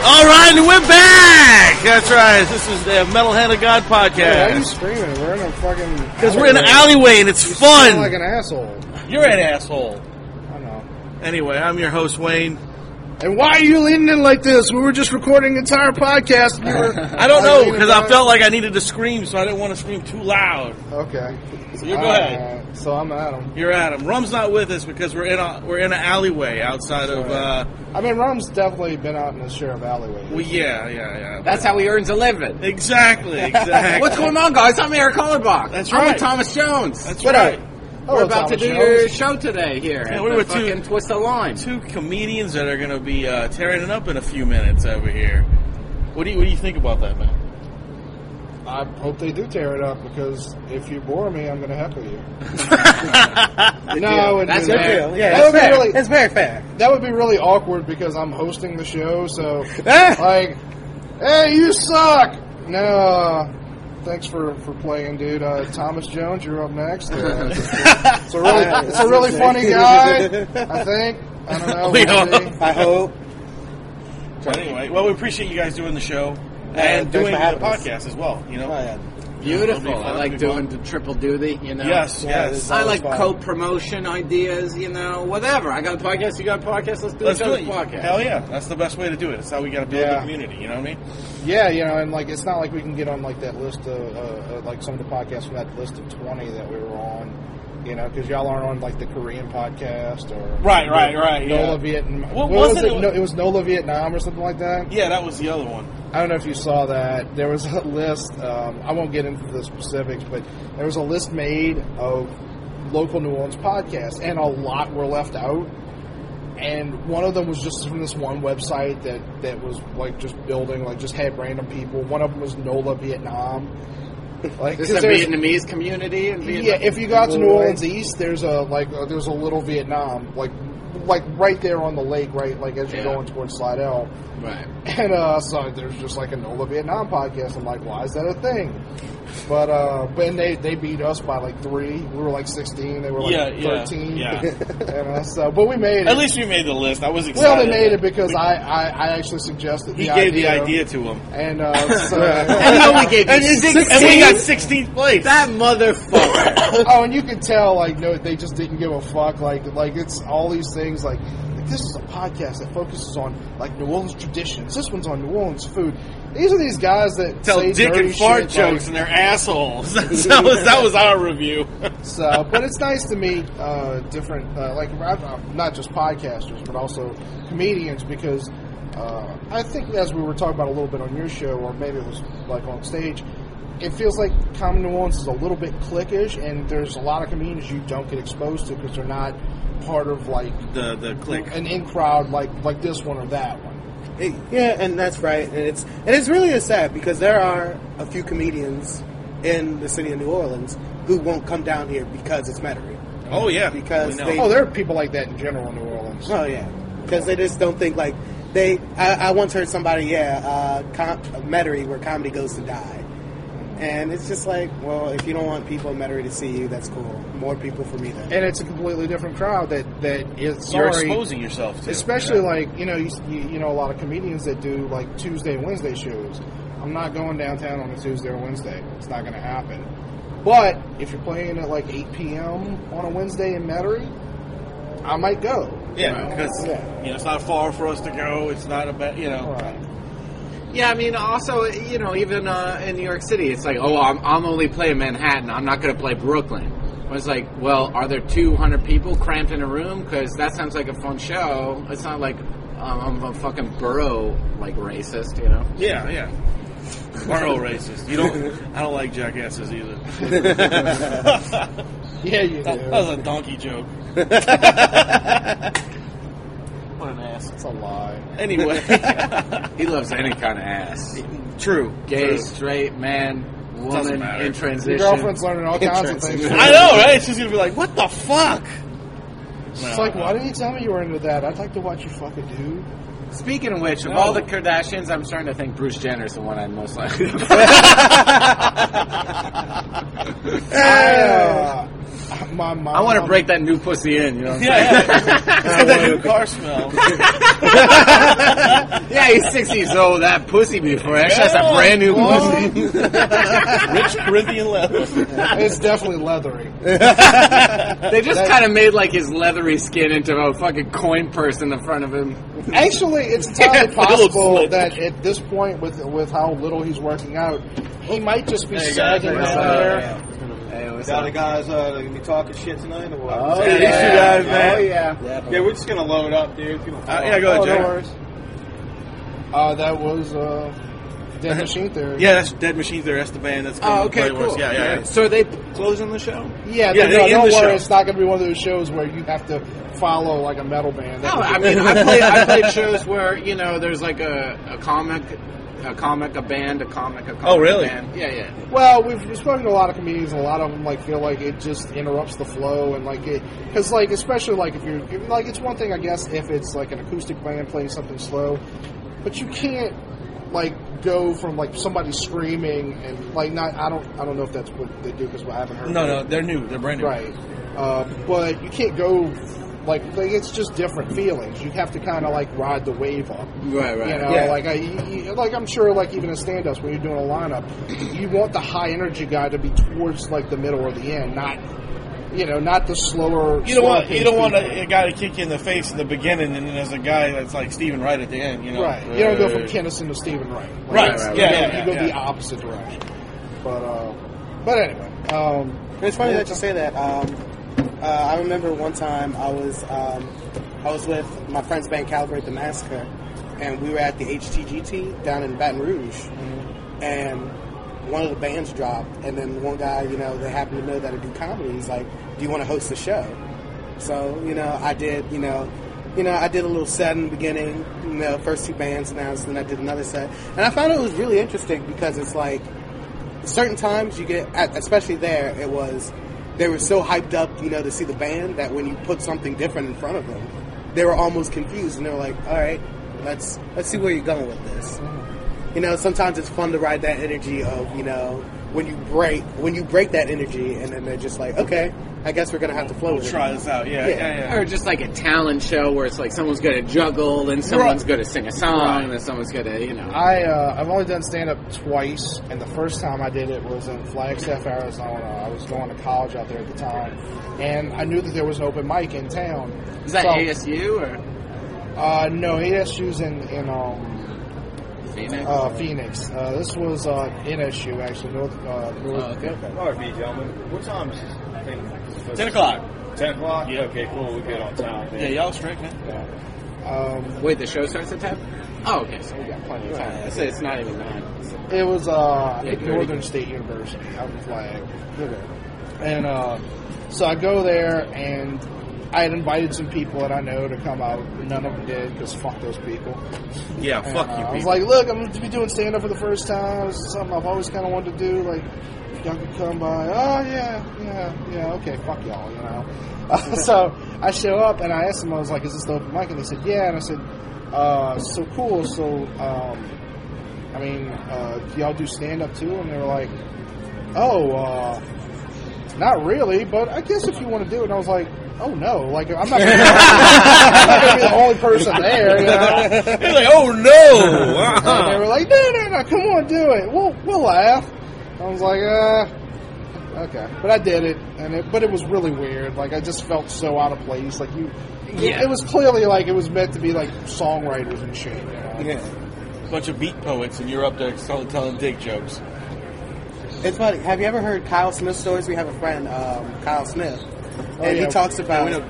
All right, and we're back. That's right. This is the Metal Hand of God Why are you podcast. screaming? We're in a fucking. Because we're in an alleyway and it's You sound like fun. an asshole. You're an asshole. I know. Anyway, I'm your host Wayne. And why are you leaning in like this? We were just recording an entire podcast. And you were. I don't know leaning because I back. felt like I needed to scream, so I didn't want to scream too loud. Okay. So you go ahead. Uh, so I'm Adam. You're Adam. Rum's not with us because we're in a we're in an alleyway outside of. uh I mean, Rom's definitely been out in the sheriff alleyway. Well, yeah, yeah, yeah. That's how he earns a living. Exactly. Exactly. What's going on, guys? I'm Eric Hollenbach. That's I'm right. with Thomas Jones. That's What right. up? We're Hello, about to Thomas do Jones. your show today here. Yeah, at we the were too- fucking Twist the Line. Two comedians that are going to be uh, tearing it up in a few minutes over here. What do you What do you think about that, man? I hope they do tear it up because if you bore me, I'm going to heckle you. no, I wouldn't That's do that. that fair. Yeah, that's, would be fair. really that's very fair. that would be really awkward because I'm hosting the show. So like, hey, you suck. No, uh, thanks for for playing, dude. Uh, Thomas Jones, you're up next. Uh, it's a really it's a really funny guy. I think. I don't know. We we'll hope. see. I hope. Anyway, well, we appreciate you guys doing the show and thanks doing for the having us. podcast as well. You know, Oh, yeah. It'll be Beautiful. fun. I like It'll be doing the triple duty, you know? yes, Yeah, yes. it's I like fun. co promotion ideas, you know, whatever. I got a podcast, you got a podcast, let's do Let's each do other's it. podcast. Hell yeah, that's the best way to do it. That's how we got to build the Yeah. community. You know what I mean? Yeah, you know, and like it's not like we can get on like that list of uh, uh, like some of the podcasts from that list of twenty that we were on. You know, because y'all aren't on like the Korean podcast or Right, right, right, yeah. Nola Vietnam. What was was, it? it? No, it was Nola Vietnam or something like that. Yeah, that was the other one. I don't know if you saw that. There was a list. Um, I won't get into the specifics, but there was a list made of local New Orleans podcasts, and a lot were left out. And one of them was just from this one website that that was like just building, like just had random people. One of them was NOLA Vietnam. Like This 'cause is a there's- Vietnamese community and Vietnam. yeah, if you got to New Orleans East, there's a like uh, there's a little Vietnam, like like right there on the lake, right like as you're Yeah. going towards Slidell. Right. And uh, so there's just like a NOLA Vietnam podcast. I'm like, why is that a thing? But uh, but and they they beat us by like three. We were like 16. They were like Yeah, yeah, 13. yeah. and uh, so, but we made it. At least we made the list. I was we excited. only made it because We- I, I, I actually suggested he the gave idea, the idea to him, and uh, so, And he only gave and, me it's- and we got 16? 16th place. That motherfucker. oh, and you could tell like no, they just didn't give a fuck. Like like it's all these things like. like, This is a podcast that focuses on like New Orleans traditions. This one's on New Orleans food. These are these guys that Tell say dick dirty and fart shit, like- jokes, and they're assholes. that was that was our review. So, but it's nice to meet uh, different, uh, like I've- I've- not just podcasters, but also comedians because uh, I think as we were talking about a little bit on your show, or maybe it was like on stage, it feels like Common New Orleans is a little bit cliquish, and there's a lot of comedians you don't get exposed to because they're not part of like The the click. an in crowd like like this one or that one. It- yeah, and that's right. And it's and it's really a sad because there are a few comedians in the city of New Orleans who won't come down here because it's Metairie. Oh yeah, Because we know. they- Oh, there are people like that in general in New Orleans. Oh yeah, because they just don't think like they. I, I once heard somebody, yeah, uh, com- Metairie, where comedy goes to die, and it's just like, well, if you don't want people in Metairie to see you, that's cool. More people for me then. And it's a completely different crowd that that is you're sorry. exposing yourself to, Especially Yeah. like you know you, you you know a lot of comedians that do like Tuesday and Wednesday shows. I'm not going downtown on a Tuesday or Wednesday. It's not going to happen. But if you're playing at like 8 p.m. on a Wednesday in Metairie, I might go. yeah, because Yeah. you know it's not far for us to go. It's not a bad, you know. Right. Yeah, I mean, also, you know, even uh, in New York City, it's like, oh, I'm, I'm only playing Manhattan. I'm not going to play Brooklyn. I was like, well, are there 200 people cramped in a room? Because that sounds like a fun show. It's not like um, I'm a fucking borough, like, racist, you know? Yeah, yeah. Borrow racist. You don't. I don't like jackasses either. Yeah, you That that do. was a donkey joke. what an ass. That's a lie. Anyway, He loves any kind of ass. true. Gay, True. straight, man, woman matter. in Your transition. girlfriend's learning all kinds of Interesting. things. I know, right? She's gonna be like, "What the fuck?" It's like, why didn't you tell me you were into that? I'd like to watch you fuck a dude. Speaking of which, of No. all the Kardashians, I'm starting to think Bruce Jenner's the one I'm most like. I, uh, my mom. I want to break that new pussy in, you know what I'm saying? Yeah, yeah. it's got that new car smell. Yeah, he's six years old. That pussy before. Actually, that's a Yeah. brand new Oh. pussy. Rich Corinthian leather. It's definitely leathery. They just kind of made like his leathery skin into a fucking coin purse in the front of him. Actually, it's entirely Yeah, it possible looks like- that at this point, with with how little he's working out, he might just be There you go. sagging There you out go. there. Hey, what's Now the up? guys uh, they gonna be talking shit tonight or what? Oh, yeah. yeah. guys, man. Oh, yeah. Yeah, we're just gonna load up, dude. It's gonna Uh, yeah, go ahead, Oh, no Jay. worries. Uh, that was uh, Dead Machine Theory. Yeah, that's Dead Machine Theory. That's the band that's going Oh, okay, to play with us. cool. Yeah, yeah, yeah. So are they closing the show? Yeah, Yeah, no, they end don't the worry. show. It's not going to be one of those shows where you have to follow like a metal band. No, I mean I played I played shows where you know there's like a, a comic, a comic, a band, a comic, a comic. Oh, really? A band. Yeah, yeah. Well, we've we've spoken to a lot of comedians, and a lot of them like feel like it just interrupts the flow, and like it because like especially like if you're if, like it's one thing I guess if it's like an acoustic band playing something slow, but you can't like go from like somebody screaming and like not I don't I don't know if that's what they do because I haven't heard No, of it. no, they're new. They're brand new. right, uh, but you can't go like like it's just different feelings. You have to kind of like ride the wave up. Right, right. You know, Yeah. like I, you- you- like I'm sure, like even in stand-ups, when you're doing a lineup, you want the high energy guy to be towards like the middle or the end, not you know, not the slower. You don't want you slower-paced don't want people. a, a guy to kick you in the face in the beginning, and then there's a guy that's like Stephen Wright at the end. You know, right. You don't go from Uh, Kennison to Stephen Wright. Like, Right, you right, go- yeah, yeah, you go yeah. the opposite direction. But uh, but anyway, um, It's funny that you say that. Um, uh, I remember one time I was um, I was with my friends band Calibrate the Massacre, and we were at the HTGT down in Baton Rouge, and one of the bands dropped, and then one guy, you know, they happened to know that I do comedy. He's like, "Do you want to host the show?" So you know, I did. You know, you know, I did a little set in the beginning. You know, first two bands announced, and I did another set, and I found it was really interesting because it's like certain times you get, at- especially there, it was they were so hyped up, you know, to see the band that when you put something different in front of them, they were almost confused and they were like, "All right, let's let's see where you're going with this." You know, sometimes it's fun to ride that energy of you know when you break when you break that energy, and then they're just like, "Okay, I guess we're gonna have to flow We'll with try it." this out. Yeah, Yeah. yeah, yeah. Or just like a talent show where it's like someone's gonna juggle and someone's gonna sing a song Right. and someone's gonna you know. I uh, I've only done stand up twice, and the first time I did it was in Flagstaff, Arizona. I was going to college out there at the time, and I knew that there was an open mic in town. Is that So- ASU or Uh, no, ASU's in in um, Phoenix? uh, Phoenix. Uh, this was uh, NSU actually. North, uh, North Oh, okay. All right, me gentlemen. What time is this thing? Ten o'clock. Ten o'clock. Yeah. Okay, cool. We good on time. Yeah, Man. y'all straight, man. Um, Wait, the show starts at ten. Oh, okay. So we got plenty of Right, time. I say it's not even nine. It was uh, Yeah, at thirty. Northern State University out in Flag. And uh, so I go there, and I had invited some people that I know to come out. None of them did because fuck those people. Yeah, And, fuck uh, you. I was people. like, look, I'm going to be doing stand up for the first time. This is something I've always kind of wanted to do. Like, if y'all could come by. Oh, yeah, yeah, yeah, okay, fuck y'all, you know. Uh, so I show up and I asked them, I was like, is this the open mic? And they said, yeah. And I said, uh, so cool. So, um, I mean, uh, do y'all do stand up too? And they were like, oh, uh, not really, but I guess if you want to do it. And I was like, oh no, like I'm not. I'm not gonna be the only person there. You know? He's like, oh no. And they Uh-huh. were like, no, no, no, come on, do it. We'll, we'll laugh. I was like, uh, okay. But I did it, and it, but it was really weird. Like, I just felt so out of place. Like, you, it- Yeah. it, was clearly like it was meant to be like songwriters and shit. You know? Yeah. Bunch of beat poets, and you're up there tell- telling dick jokes. It's funny. Have you ever heard Kyle Smith stories? We have a friend, um, Kyle Smith, and Oh, he yeah. talks about we know-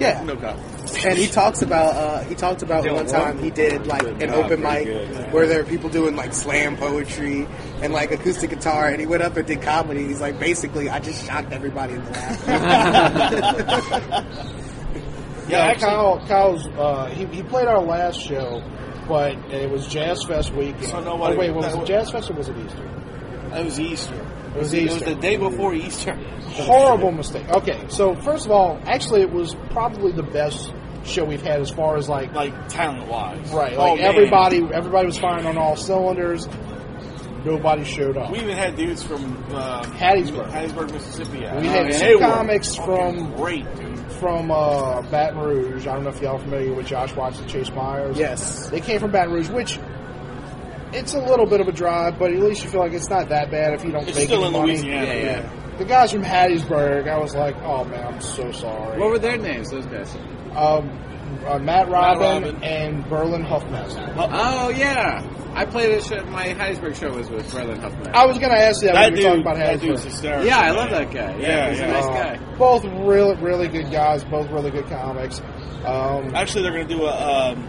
yeah, No cop. and he talks about uh, he talked about Dylan one time Warren. he did like Good an God, open pretty mic good. where there were people doing like slam poetry and like acoustic guitar, and he went up and did comedy. He's like, basically, I just shocked everybody into laughing. Yeah, actually- Kyle, Kyle's, uh, he, he played our last show, but it was Jazz Fest week. So nobody- oh, wait, was that- it Jazz Fest or was it Easter? It was Easter. It was It was Easter. the day before Easter. horrible mistake. Okay, so first of all, actually, it was probably the best show we've had as far as like Like Oh, talent wise, right, like everybody, everybody was firing on all cylinders. Nobody showed up. We even had dudes from uh, Hattiesburg. Hattiesburg, Mississippi. out. We Oh, had yeah. two They were comics fucking from- great, dude. from uh, Baton Rouge. I don't know if y'all are familiar with Josh Watson, Chase Myers. Yes. They came from Baton Rouge, which it's a little bit of a drive, but at least you feel like it's not that bad if you don't It's make still any in money. Louisiana. Yeah, yeah. The guys from Hattiesburg, I was like, oh man, I'm so sorry. What were their names, those guys? um, uh, Matt, Robin Robin. and Berlin Huffmaster. Oh, yeah. I played a show, my Hattiesburg show was with Berlin Huffman. Oh, I was going to ask you that, That when we were talking dude, about that dude's Hattiesburg. hysterical. yeah, I love that guy. Yeah, Yeah, he's yeah. a nice Uh, guy. both really, really good guys. Both really good comics. Um, Actually, they're going to do a, um,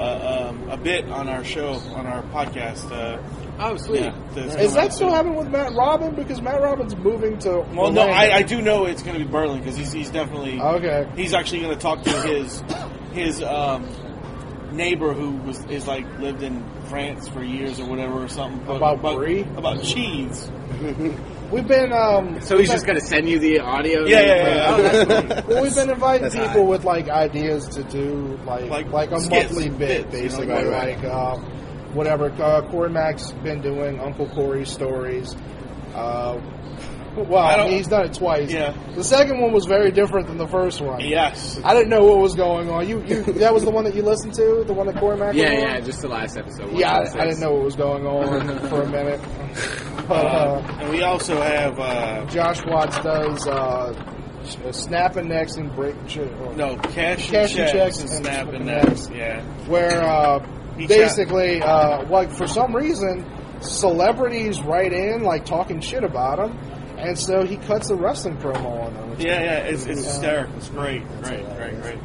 a um, a bit on our show on our podcast. Uh, Oh, sweet. yeah, that's is coming that out still soon. happening with Matt Robin? Because Matt Robin's moving to. Well, no, Orlando. I, I do know it's going to be Berlin because he's he's definitely Okay. he's actually going to talk to his his um, neighbor who was is like lived in France for years or whatever or something but- About about Brie? about cheese. We've been um. So we've he's just been, going to send you the audio? Yeah, yeah, yeah. Oh, that's cool. well, we've been inviting That's people hot. with like ideas to do like like, Like a skits, monthly bit bits, you basically know, right, like uh, whatever. Uh, Corey Mac's been doing Uncle Corey's stories. Uh, well, I I mean, don't- he's done it twice. Yeah. The second one was very different than the first one. Yes. I didn't know what was going on. You, you that was the one that you listened to, the one that Corey Mac. was yeah, on? yeah, just the last episode. Yeah, I, One, I didn't know what was going on for a minute. But uh, and we also have uh, Josh Watts does uh, snapping necks and break. ch- or- no cash, Cash and and checks checks and and snap and checks. necks. Yeah. where uh, He basically, uh, like for some reason, celebrities write in like talking shit about him, and so he cuts a wrestling promo on them. Yeah, yeah, it's, it's hysterical. It's great, great, great, great.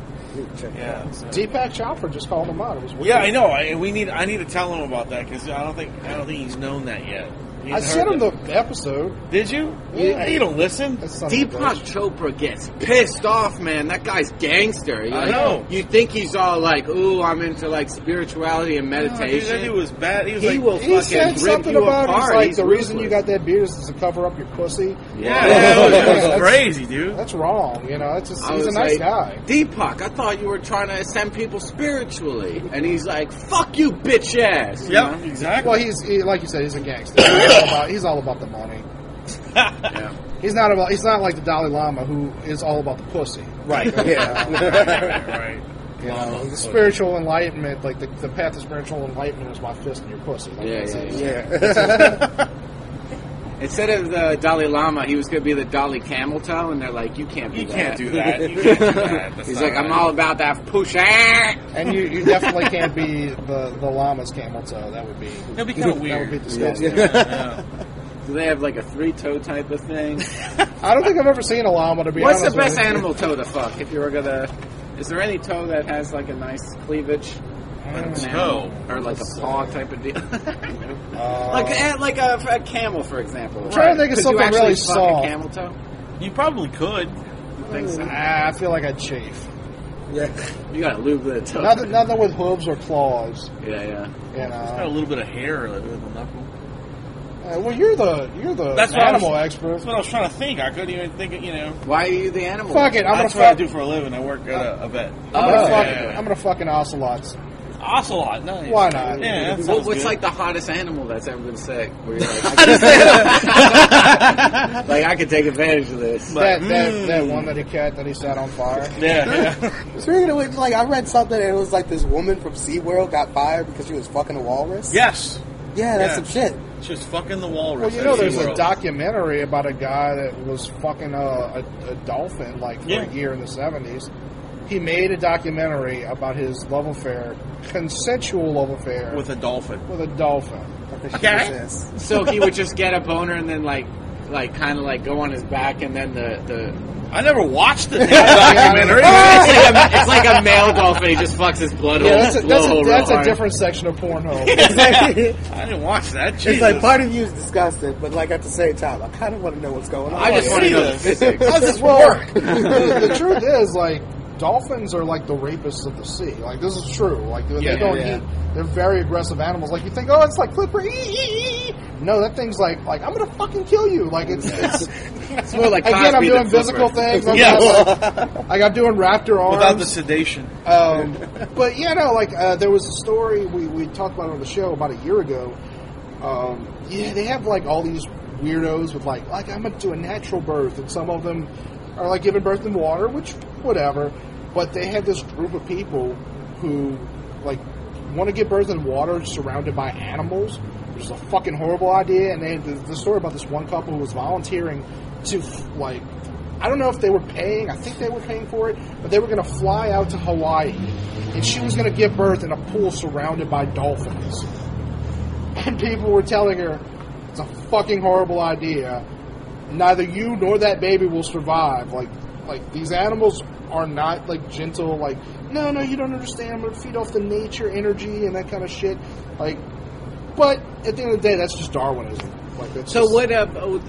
Yeah, so- Deepak Chopra just called him out. It was weird. yeah, I know. I, we need. I need to tell him about that because I don't think I don't think he's known that yet. He I hasn't heard sent him the episode. that. Did you? Yeah. You don't listen. That son of a Deepak bitch. Chopra gets pissed off, man. That guy's gangster. You I know. You think he's all like, "Ooh, I'm into like spirituality and No, dude, that dude meditation." was bad. He was He like, will He fucking said rip something you about it. He's apart. like He's the reason you ruthless." got that beard is to cover up your pussy. yeah, that was, that was Yeah, that's- crazy, dude. That's wrong. You know, it's just, I he's a was nice like, guy. Deepak, I thought you were trying to ascend people spiritually, and he's like, "Fuck you, bitch ass." you Yeah, know? exactly. Well, he's he, like you said, he's a gangster. He's all, about, he's all about the money. Yeah. He's not about. He's not like the Dalai Lama, who is all about the pussy. right. Yeah. right. You know, the spiritual enlightenment, like the, the path of spiritual enlightenment, is my fist in your pussy. Like, Yeah, that's yeah, it. yeah. Instead of the Dalai Lama, he was going to be the Dalai Camel Toe, and they're like, "You can't do You that. can't do that. You can't do that. That's he's not like, "I'm right. all about that push ass." And you, you definitely can't be the the lama's camel toe. That would be That'd be kind of that would be weird. disgusting. Yeah. Do they have like a three toe type of thing? I don't think I've ever seen a llama. To be What's the honest best with you. animal toe to fuck? If you were gonna, is there any toe that has like a nice cleavage? Like an toe? animal? or like a paw type of deal? Uh, like a, like a, a camel, for example. I'm trying to think of something really soft. A camel toe. You probably could. You think so? ah, I feel like I'd chafe. You gotta lube the toe. Nothing, nothing with hooves or claws. Yeah, yeah. You know. Got a little bit of hair like, with the knuckle. Uh, well, you're the you're the That's what I animal was- expert. That's what I was trying to think. I couldn't even think. Of, you know, Why are you the animal? Fuck it, I'm gonna that's what I fuck. do for a living. I work at a, a vet. I'm gonna Oh, fuck. yeah, yeah. I'm gonna fucking ocelots. Ocelot. Nice. Why not? Yeah, that What- sounds what's good. like the hottest animal that's ever been sick? Where you're like, I could- like I could take advantage of this. That, Like, that mm. that one that he cat that he set on fire. Yeah, yeah. Speaking of which, like I read something and it was like this woman from SeaWorld got fired because she was fucking a walrus. yes. Yeah, that's Yeah. some shit. It's Just fucking the Well, walrus. you know, at there's a SeaWorld. documentary about a guy that was fucking a, a, a dolphin like for Yeah. a year in the '70s. He made a documentary about his love affair, consensual love affair with a dolphin. with a dolphin. What the shit Okay. is this? So he would just get a boner and then like, like kind of like go on his back and then the the I never watched the damn documentary. it's, like a, it's like a male dolphin. He just fucks his blood Yeah, hole. that's a, blow that's a, hole real that's a hard. different section of Pornhub. I didn't watch that. Jesus. It's like part of you is disgusted, but like at the same time, I kind of want to know what's going on. I just Yeah. want to See know the this. physics. How does this work? the, the truth is, like, dolphins are like the rapists of the sea. Like, this is true. Like, they, Yeah, they don't yeah. eat. They're very aggressive animals. Like, you think, oh, it's like clipper. ee, ee, ee. No, that thing's like, like I'm gonna fucking kill you. Like, it's. it's It's more like Again, I'm Cosby the doing physical Flipper. things. I'm Yeah. like, like I'm doing raptor arms. without the sedation. Um, but yeah, no, like uh, there was a story we, we talked about on the show about a year ago Um, yeah, they have like all these weirdos with like like I'm gonna do a natural birth, and some of them are like giving birth in water, which whatever. But they have this group of people who like want to give birth in water surrounded by animals, which is a fucking horrible idea. And they had the, the story about this one couple who was volunteering to like I don't know if they were paying. I think they were paying for it, but they were going to fly out to Hawaii, and she was going to give birth in a pool surrounded by dolphins and people were telling her it's a fucking horrible idea. Neither you nor that baby will survive. Like, like these animals are not like gentle. Like, no, no, you don't understand. I'm gonna feed off the nature energy and that kind of shit. Like, but at the end of the day, that's just Darwinism. Like, it's So just- what uh,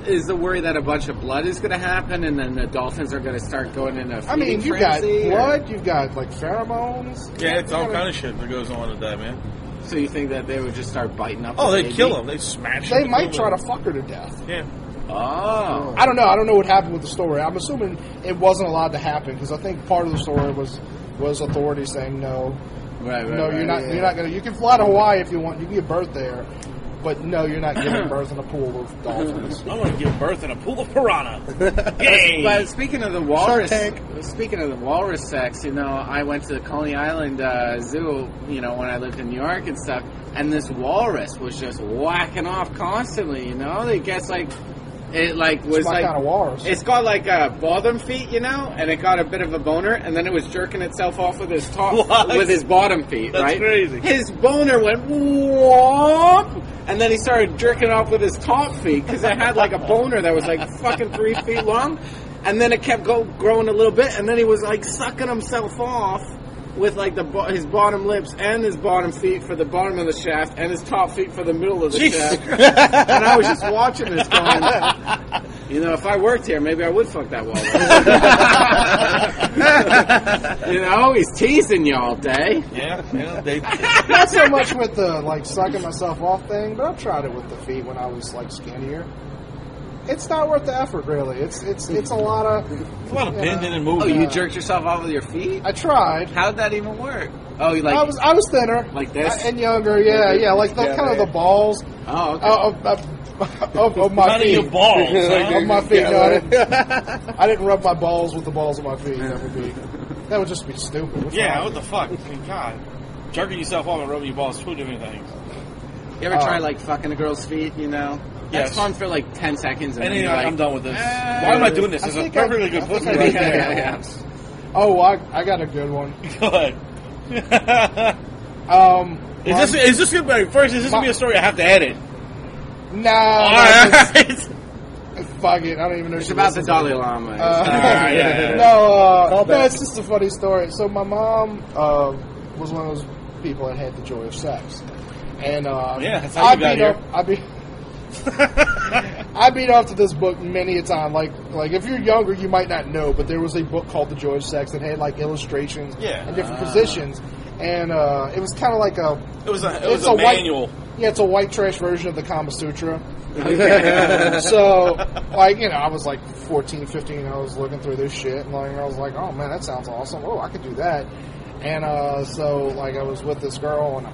is the worry that a bunch of blood is going to happen, and then the dolphins are going to start going into? I mean, feeding you've got frenzy, or- blood. You've got like pheromones. Yeah, it's all kind of shit that goes on with that, man. So you think that they would just start biting up? Oh, the they baby? kill them. They smash. They them. might try to fuck her to death. Yeah. Oh, I don't know. I don't know what happened with the story. I'm assuming it wasn't allowed to happen because I think part of the story was was authorities saying no, right, right. no, right. you're not, you're not gonna. You can fly to Hawaii if you want. You can give birth there, but no, you're not giving birth in a pool of dolphins. I want to give birth in a pool of piranha. But speaking of the walrus, Shark speaking of the walrus sex, you know, I went to the Coney Island uh, Zoo, you know, when I lived in New York and stuff, and this walrus was just whacking off constantly. You know, it gets like, it like was It's my like kind of walrus. It's got like a bottom feet, you know, and it got a bit of a boner, and then it was jerking itself off with his top, What? with his bottom feet, That's right? crazy. His boner went whoop, and then he started jerking off with his top feet because it had like a boner that was like fucking three feet long, and then it kept go, growing a little bit, and then he was like sucking himself off. With like the bo- his bottom lips and his bottom feet for the bottom of the shaft and his top feet for the middle of the shaft, and I was just watching this going, you know, if I worked here, maybe I would fuck that walrus. you know, he's teasing you all day. Yeah, yeah. They, Not so much with the like sucking myself off thing, but I've tried it with the feet when I was like skinnier. It's not worth the effort, really. It's it's it's a lot of. it's a lot of bending and moving. Oh, you jerked yourself off with your feet? I tried. How'd that even work? Oh, you like, I was I was thinner like this? and younger. Yeah, yeah. Like the kind of the balls oh, okay. of of, of, of my None of feet. your balls. huh? on my feet. No, I, didn't, I didn't rub my balls with the balls of my feet. That would be that would just be stupid. What's yeah, wrong what the fuck? God. Jerking yourself off and rubbing your balls, two different things. You ever try uh, like fucking a girl's feet, you know? That's Yes. fun for like 10 seconds And and, then then you're you're like, like, I'm done with this. "Ah." Why am I doing this? I It's a think I- perfectly good I think pussy I right did yeah, there. yeah, yeah. with- Oh, I, I got a good one. Good. Um, Is this is this gonna be first? Is this gonna be a story I have to edit? nah, nah, All right. it's- fuck it. I don't even know. It's she about the listens to Dalai Lama. it. Uh, yeah, yeah, yeah. No, uh, Call no, back. it's just a funny story. So my mom uh, was one of those people that had the joy of sex, and uh, Yeah, that's how you I got beat here. up. I beat. I beat off to this book many a time. Like, like if you're younger, you might not know, but there was a book called The Joy of Sex that had like illustrations Yeah. and different positions, and uh, it was kind of like a It was a it was It's a, a white- manual. yeah, it's a white trash version of the Kama Sutra. so, like, you know, I was like 14, 15, and I was looking through this shit, and like, I was like, oh man, that sounds awesome. Oh, I could do that. And uh, so, like, I was with this girl, and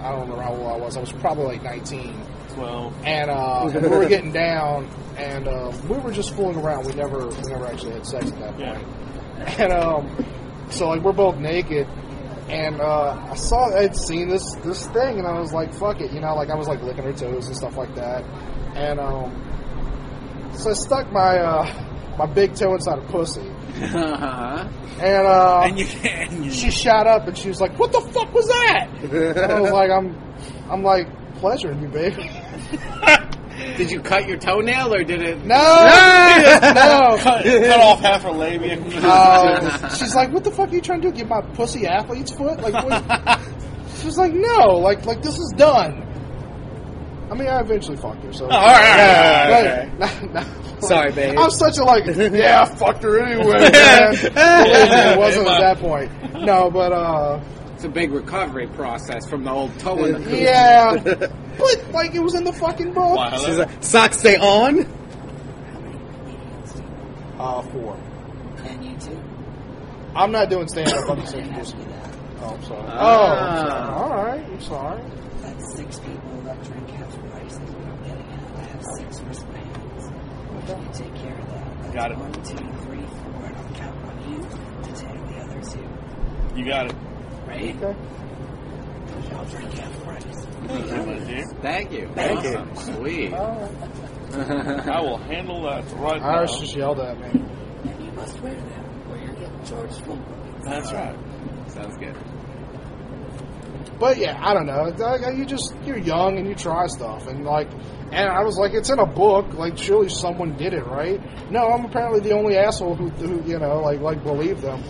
I don't remember how old I was. I was probably like 19 Well, and uh, we were getting down, and uh, we were just fooling around. We never, we never actually had sex at that point. Yeah. And um, so, like, we're both naked, and uh, I saw I'd seen this this thing, and I was like, "Fuck it," you know, like I was like licking her toes and stuff like that, and um, so I stuck my uh, my big toe inside a pussy, Uh-huh. and uh, and you can. and you- she shot up and she was like, "What the fuck was that?" And I was like, "I'm, I'm like pleasuring you, baby." Did you cut your toenail or did it? No, no. Cut, cut off half her labia. Um, she's like, "What the fuck are you trying to do? Give my pussy athlete's foot?" Like, what? she was like, "No, like, like this is done." I mean, I eventually fucked her, so. Oh, all right, all right, But- no, no. Sorry, babe. I'm such a like, yeah, I fucked her anyway. Man. Believe me, it wasn't at that point. No, but uh, It's a big recovery process from the old toe in the poop. yeah, but like it was in the fucking book. Wow, She's like, socks stay on. Uh, four. And you too. Uh, I'm not doing stand up. I'm just doing Didn't this. ask me that. Oh, I'm sorry. Ah. all right. I'm sorry. That's six people that drink half the price is what I'm getting at. I have six wristbands. If you take care of that, that's Got it. one, two, three, four, and I'm counting on you to take the other two, You got it. right? Okay. I'll drink half the price. Thank you. Thank you. Awesome. Sweet. All right. I will handle that right now. Iris just yelled at me. And you must wear that or you're getting charged full. That's right. Sounds good. But yeah, I don't know. Like, You just you're young and you try stuff and like, and I was like, it's in a book. Like surely someone did it, right? No, I'm apparently the only asshole who, who you know like like believed them.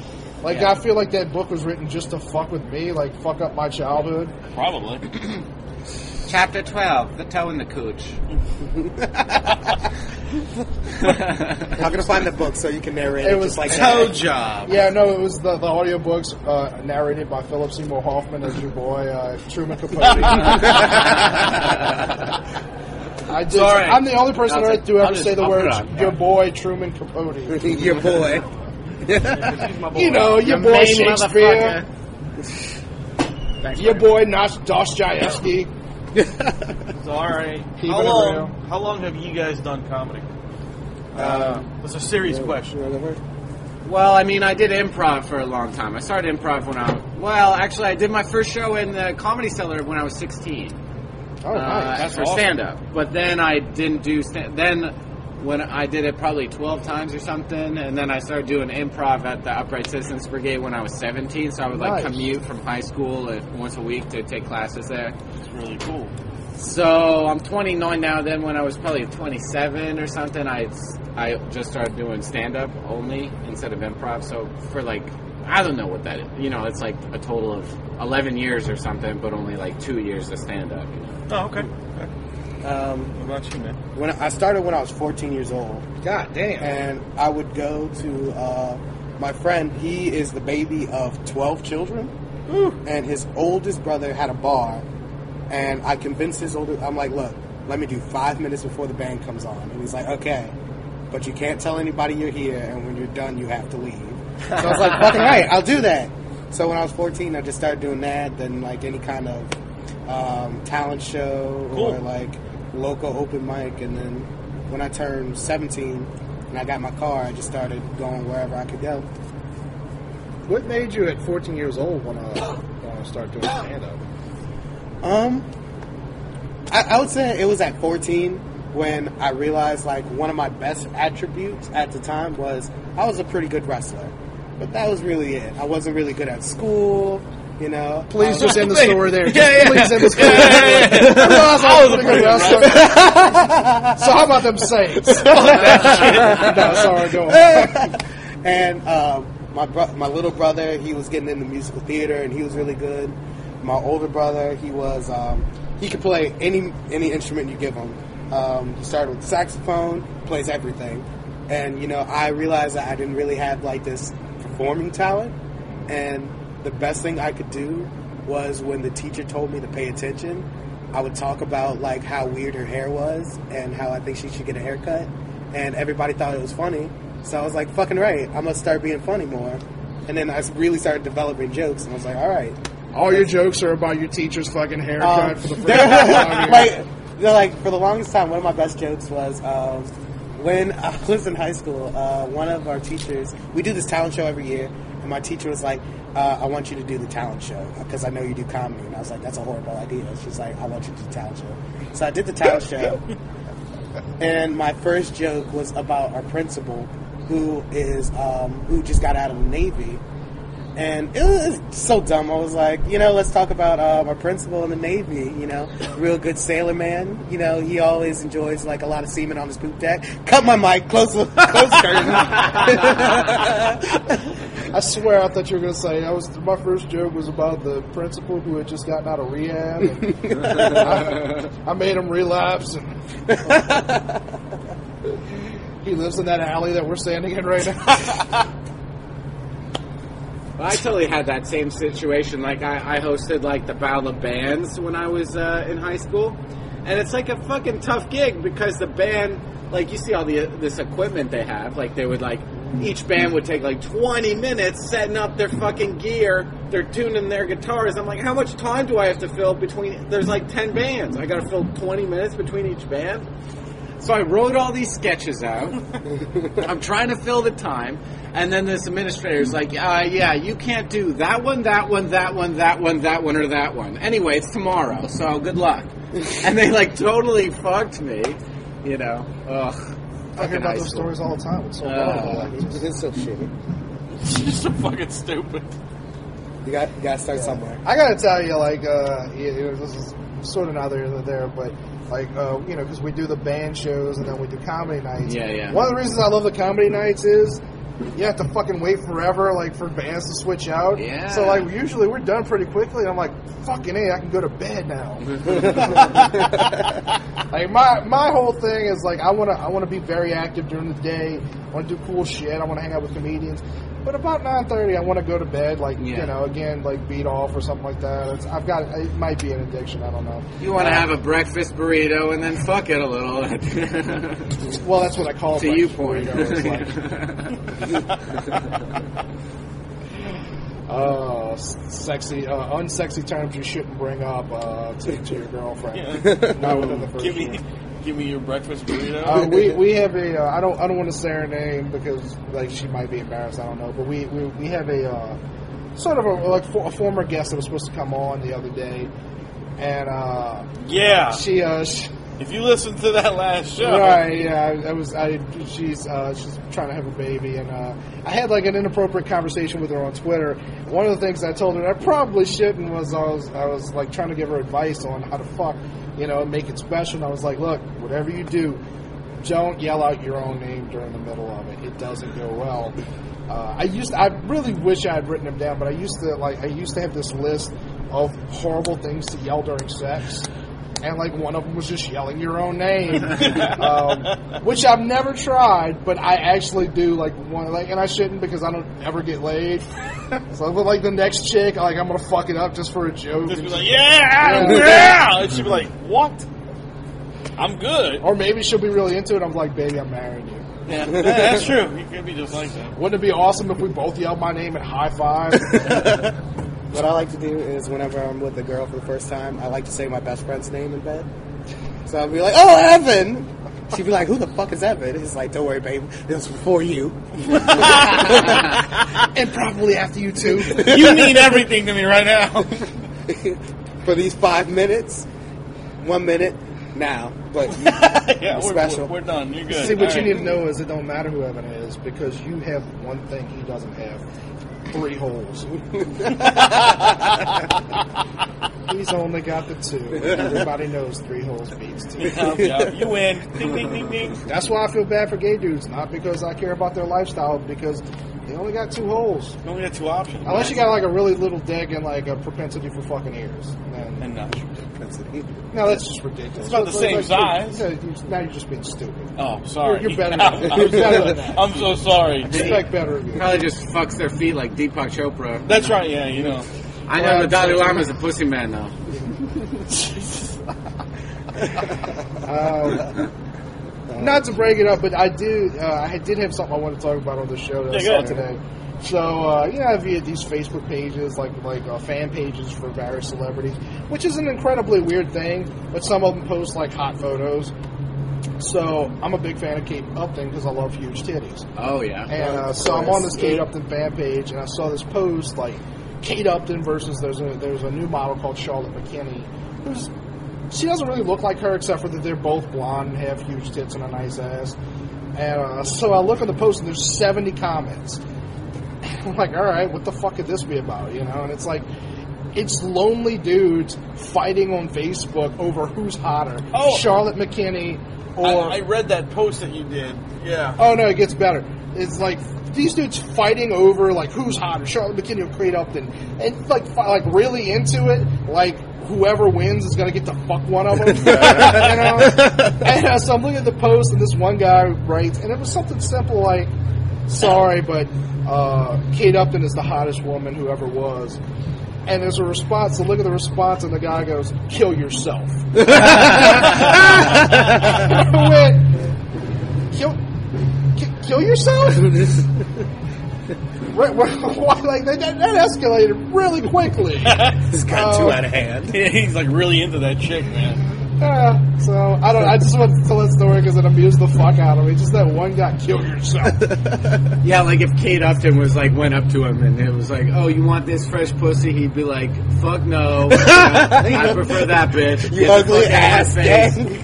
Like Yeah. I feel like that book was written just to fuck with me, like fuck up my childhood. Probably. Chapter 12 The Toe and the Cooch. I'm gonna find the book so you can narrate It it, was just like Toe that. job. Yeah, no, it was the the audiobooks uh, narrated by Philip Seymour Hoffman as your boy uh, Truman Capote. I did. Sorry. I'm the only person on I'll earth to just- ever say the I'll put it words on. "your boy Truman Capote." Your boy. You know, your You boy main Shakespeare. Thanks, Your buddy. boy Nas Dostoevsky. Sorry. Keep how it long? real. How long have you guys done comedy? Uh, it's a serious question. Well, I mean, I did improv for a long time. I started improv when I well, actually, I did my first show in the Comedy Cellar when I was 16. Oh, uh, nice. as for awesome. stand up. But then I didn't do stand then when I did it probably 12 times or something and then I started doing improv at the Upright Citizens Brigade when I was 17 so I would Nice. like commute from high school uh, once a week to take classes there. It's really cool. So I'm 29 now then when I was probably 27 or something I I just started doing stand up only instead of improv so for like I don't know what that is. You know, it's like a total of 11 years or something but only like 2 years of stand up, you know. Oh, okay. Um, What about you, man? when I I started when I was 14 years old, God damn. and I would go to uh, my friend. He is the baby of 12 children, and his oldest brother had a bar. And I convinced his older. I'm like, look, let me do five minutes before the band comes on, and he's like, okay, but you can't tell anybody you're here, and when you're done, you have to leave. So I was like, fucking right, I'll do that. So when I was 14, I just started doing that. Then like any kind of um, talent show or Cool. like local open mic. And then when I turned 17 and I got my car, I just started going wherever I could go. What made you at 14 years old uh, want to want to start doing stand up? Um, I, I would say it was at 14 when I realized like one of my best attributes at the time was I was a pretty good wrestler, but that was really it. I wasn't really good at school, you know. Um, Please I was- just end the story there. Just yeah. Please end the story. there. I realized I was a pretty good wrestler. so how about them Saints? no, sorry, go on. and um, my bro- my little brother, he was getting into musical theater, and he was really good. My older brother, he was um, he could play any any instrument you give him. Um, he started with saxophone, plays everything, and you know I realized that I didn't really have like this performing talent, and the best thing I could do was when the teacher told me to pay attention. I would talk about like how weird her hair was and how I think she should get a haircut and everybody thought it was funny. So I was like, fucking right, I must start being funny more. And then I really started developing jokes, and I was like, all right. All your jokes are about your teacher's fucking haircut Um, for the first they're, time. like, they're like, for the longest time, one of my best jokes was um, when I was in high school, uh, one of our teachers, we do this talent show every year, and my teacher was like, uh, I want you to do the talent show because I know you do comedy. And I was like, that's a horrible idea. She's like, I want you to do the talent show. So I did the talent show. and my first joke was about our principal, who is um, who just got out of the navy, and it was so dumb. I was like, you know, let's talk about uh, my principal in the navy. You know, real good sailor man. You know, he always enjoys like a lot of semen on his poop deck. Cut my mic, close the close the curtain. I swear I thought you were going to say I was my first joke was about the principal who had just gotten out of rehab. And I, I made him relapse, and he lives in that alley that we're standing in right now. Well, I totally had that same situation. Like I, I hosted like the Battle of Bands when I was uh, in high school, and it's like a fucking tough gig because the band, like you see all the this equipment they have, like they would like each band would take like 20 minutes setting up their fucking gear. They're tuning their guitars. I'm like, how much time do I have to fill between? There's like 10 bands. I got to fill 20 minutes between each band. So I wrote all these sketches out. I'm trying to fill the time. And then this administrator's like, uh, yeah, you can't do that one, that one, that one, that one, that one, or that one. Anyway, it's tomorrow, so good luck. and they like totally fucked me, you know. Ugh. I hear Fucking about those high school. stories all the time. It's so Uh, wonderful. It's so shitty. It's so fucking stupid. You got you got to start somewhere. I gotta tell you, like, uh, yeah, you know, this is sort of neither here nor there, but like, uh, you know, because we do the band shows and then we do comedy nights. Yeah, yeah. One of the reasons I love the comedy nights is you have to fucking wait forever, like, for bands to switch out. Yeah. So like, usually we're done pretty quickly. And I'm like, fucking a, I can go to bed now. like my my whole thing is like, I wanna I wanna be very active during the day. I wanna do cool shit. I wanna hang out with comedians. But about nine thirty, I want to go to bed. Like Yeah. you know, again, like beat off or something like that. It's, I've got it might be an addiction. I don't know. You Uh, want to have a breakfast burrito and then fuck it a little. to Well, that's what I call it. like, you four point. hours, like, uh, s- sexy, uh, unsexy terms you shouldn't bring up uh, to, to your girlfriend. Not within the first give me, year. give me your breakfast burrito. Uh, we, we have a uh, I don't I don't want to say her name because like she might be embarrassed I don't know but we we, we have a uh, sort of a like for, a former guest that was supposed to come on the other day and uh, yeah. she uh she, If you listen to that last show, Right, yeah. I, I was, I, she's, uh, she's trying to have a baby, and uh, I had like an inappropriate conversation with her on Twitter. One of the things I told her that I probably shouldn't was I was, I was like trying to give her advice on how to fuck, you know, and make it special. And I was like, look, whatever you do, don't yell out your own name during the middle of it. It doesn't go well. Uh, I used, I really wish I had written them down, but I used to like, I used to have this list of horrible things to yell during sex and like one of them was just yelling your own name, um, which I've never tried, but I actually do like one like, and I shouldn't because I don't ever get laid. so, but like the next chick, like I'm gonna fuck it up just for a joke, just be and just- like, yeah, Yeah. yeah. And she'd be like, what? I'm good. or maybe she'll be really into it. I'm like, baby, I'm marrying you. Yeah, that's true. You could be just like that. Wouldn't it be awesome if we both yelled my name and high five? What I like to do is whenever I'm with a girl for the first time, I like to say my best friend's name in bed. So I'll be like, "Oh, Evan." She'd be like, "Who the fuck is Evan?" It's like, "Don't worry, babe. It was before you." and probably after you too. You mean everything to me right now. for these five minutes. One minute now, but yeah, It's we're, special. We're, we're done. You're good. See, what All you right. need to know is it don't matter who Evan is because you have one thing he doesn't have: three holes. He's only got the two. and Everybody knows three holes beats two. Yeah, Um, yeah, you win. Ding, ding, ding, ding. That's why I feel bad for gay dudes. Not because I care about their lifestyle, because they only got two holes. You only got two options. Unless you got like a really little dick and like a propensity for fucking ears. And, And uh, not. no, that's just ridiculous. It's about the same size. yeah, you- Now you're just being stupid. Oh, sorry. You're- you're better than that. I'm, You're better than that. I'm so sorry. Expect better of you. Probably just fucks their feet like Deepak Chopra. That's right. Yeah, you know. I know the Dalai Lama's a pussy man though. Um, not to break it up, but I do. Uh, I did have something I want to talk about on the show that Yeah, I saw go today. So uh, you know, if you had these Facebook pages, like like uh, fan pages for various celebrities, which is an incredibly weird thing. But some of them post like hot photos. So I'm a big fan of Kate Upton because I love huge titties. Oh yeah. And uh, so I'm on this Kate Upton fan page, and I saw this post like Kate Upton versus there's a there's a new model called Charlotte McKinney. Who's she doesn't really look like her except for that they're both blonde and have huge tits and a nice ass. And uh, so I look at the post and there's 70 comments. I'm like, all right, what the fuck could this be about? You know, and it's like. It's lonely dudes fighting on Facebook over who's hotter, Oh. Charlotte McKinney or I, I read that post that you did. Yeah. Oh no, it gets better. It's like these dudes fighting over like who's hotter, Charlotte McKinney or Creed Upton, and like fi- like really into it. Like whoever wins is gonna get to fuck one of them. you know? And uh, so I'm looking at the post, and this one guy writes, and it was something simple like, "Sorry, but uh, Kate Upton is the hottest woman who ever was." And there's a response. So look at the response, and the guy goes, "Kill yourself." I went, kill, ki- kill yourself? This- Right, why- why, like that, that escalated really quickly. this got Oh. too out of hand. He's like really into that chick, man. Yeah, Uh, so I don't. I just wanted to tell that story because it amused the fuck out of me. Just that one guy, kill yourself. Yeah, like if Kate Upton was like went up to him and it was like, "Oh, you want this fresh pussy?" He'd be like, "Fuck no, I prefer that bitch." You Get the ugly fuck out of ass my face. gang.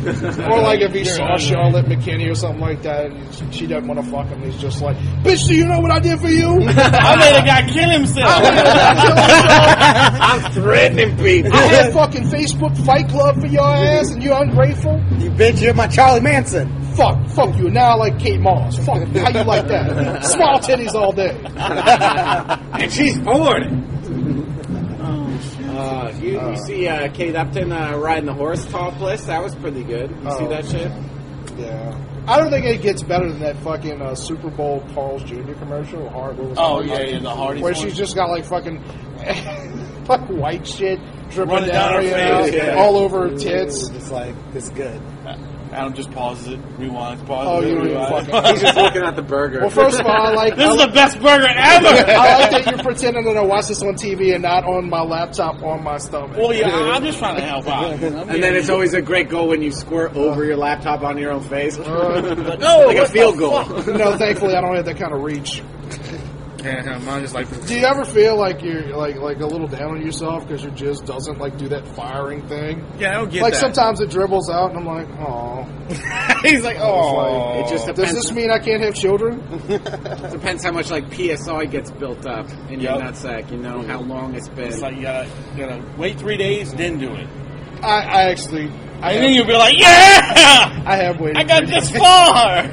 or like if he saw ugly. Charlotte McKinney or something like that, and she doesn't want to fuck him. He's just like, bitch, do you know what I did for you? I made a guy kill himself. I'm threatening people. I had fucking Facebook Fight Club for your ass, and you ungrateful. You bitch, you're my Charlie Manson. Fuck, fuck you. Now I like Kate Moss. Fuck, how you like that? Small titties all day. and she's born. Uh, you, you see uh, Kate Upton uh, riding the horse topless? That was pretty good. You see Oh. that shit? Yeah. I don't think it gets better than that fucking uh, Super Bowl Carl's Jr. commercial. Or, what was it? Oh yeah, yeah, the Hardy. where she's just got like fucking like white shit dripping Running down, down her you face, know, yeah. all over her tits. It's like, this is good. Adam just pauses it, rewinds, pauses Oh, it, you don't even rewinds. fucking. He's just looking at the burger. Well, first of all, I like This I, is like- the best burger I ever. like that you're pretending that I watch this on TV and not on my laptop on my stomach. well, yeah, I- I'm just trying to help out. and then it's always a great goal when you squirt over your laptop on your own face. Uh, oh, like a field goal. no, thankfully I don't have that kind of reach. Yeah, mine is like Do you ever feel like you're like like a little down on yourself because your jizz doesn't like do that firing thing? yeah, I don't get like that. sometimes it dribbles out and I'm like, oh, he's like, oh, It just does depends. this mean I can't have children? depends how much like PSI gets built up in your Yep. nutsack. You know how long it's been. it's like you gotta, you gotta wait three days, then do it, I, I actually, I and then you'll be like, yeah, I have waited. I got this far.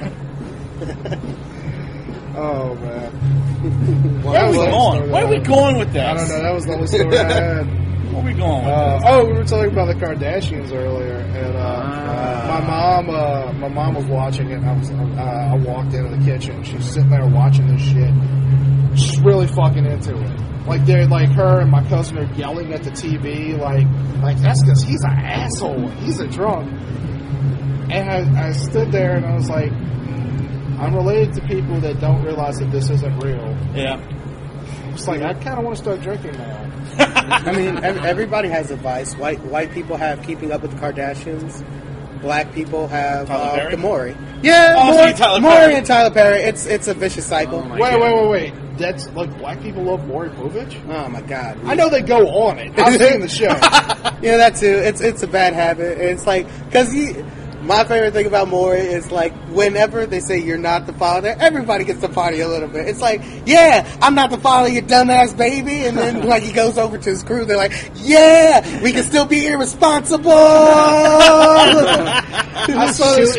Oh man. Well, Where that are we was going? the only story Where that are we I- going with this? I don't know. That was the only story I had. Where are we going? With Uh, oh, we were talking about the Kardashians earlier, and uh, my mom, uh, my mom was watching it. And I was, uh, I walked into the kitchen. She's sitting there watching this shit. She's really fucking into it. Like they're like her and my cousin are yelling at the TV, like like that's because he's an asshole. He's a drunk. And I, I stood there and I was like, "Mm, I'm related to people that don't realize that this isn't real. this? yeah, It's like I kind of want to start drinking now. I mean, ev- everybody has advice. White white people have Keeping Up with the Kardashians. Black people have Tyler uh, Perry? the Maury. Yeah, Oh, Maury, see, Tyler Maury Perry. and Tyler Perry. It's it's a vicious cycle. Oh, my wait, God. wait, wait, wait. That's like black people love Maury Povich. Oh, my god. I know they go on it. I've seen the show. yeah, that too. It's it's a bad habit. It's like because you. My favorite thing about Maury is like whenever they say you're not the father, everybody gets to party a little bit. It's like, yeah, I'm not the father, you dumbass baby, and then like he goes over to his crew, they're like, yeah, we can still be irresponsible. I saw this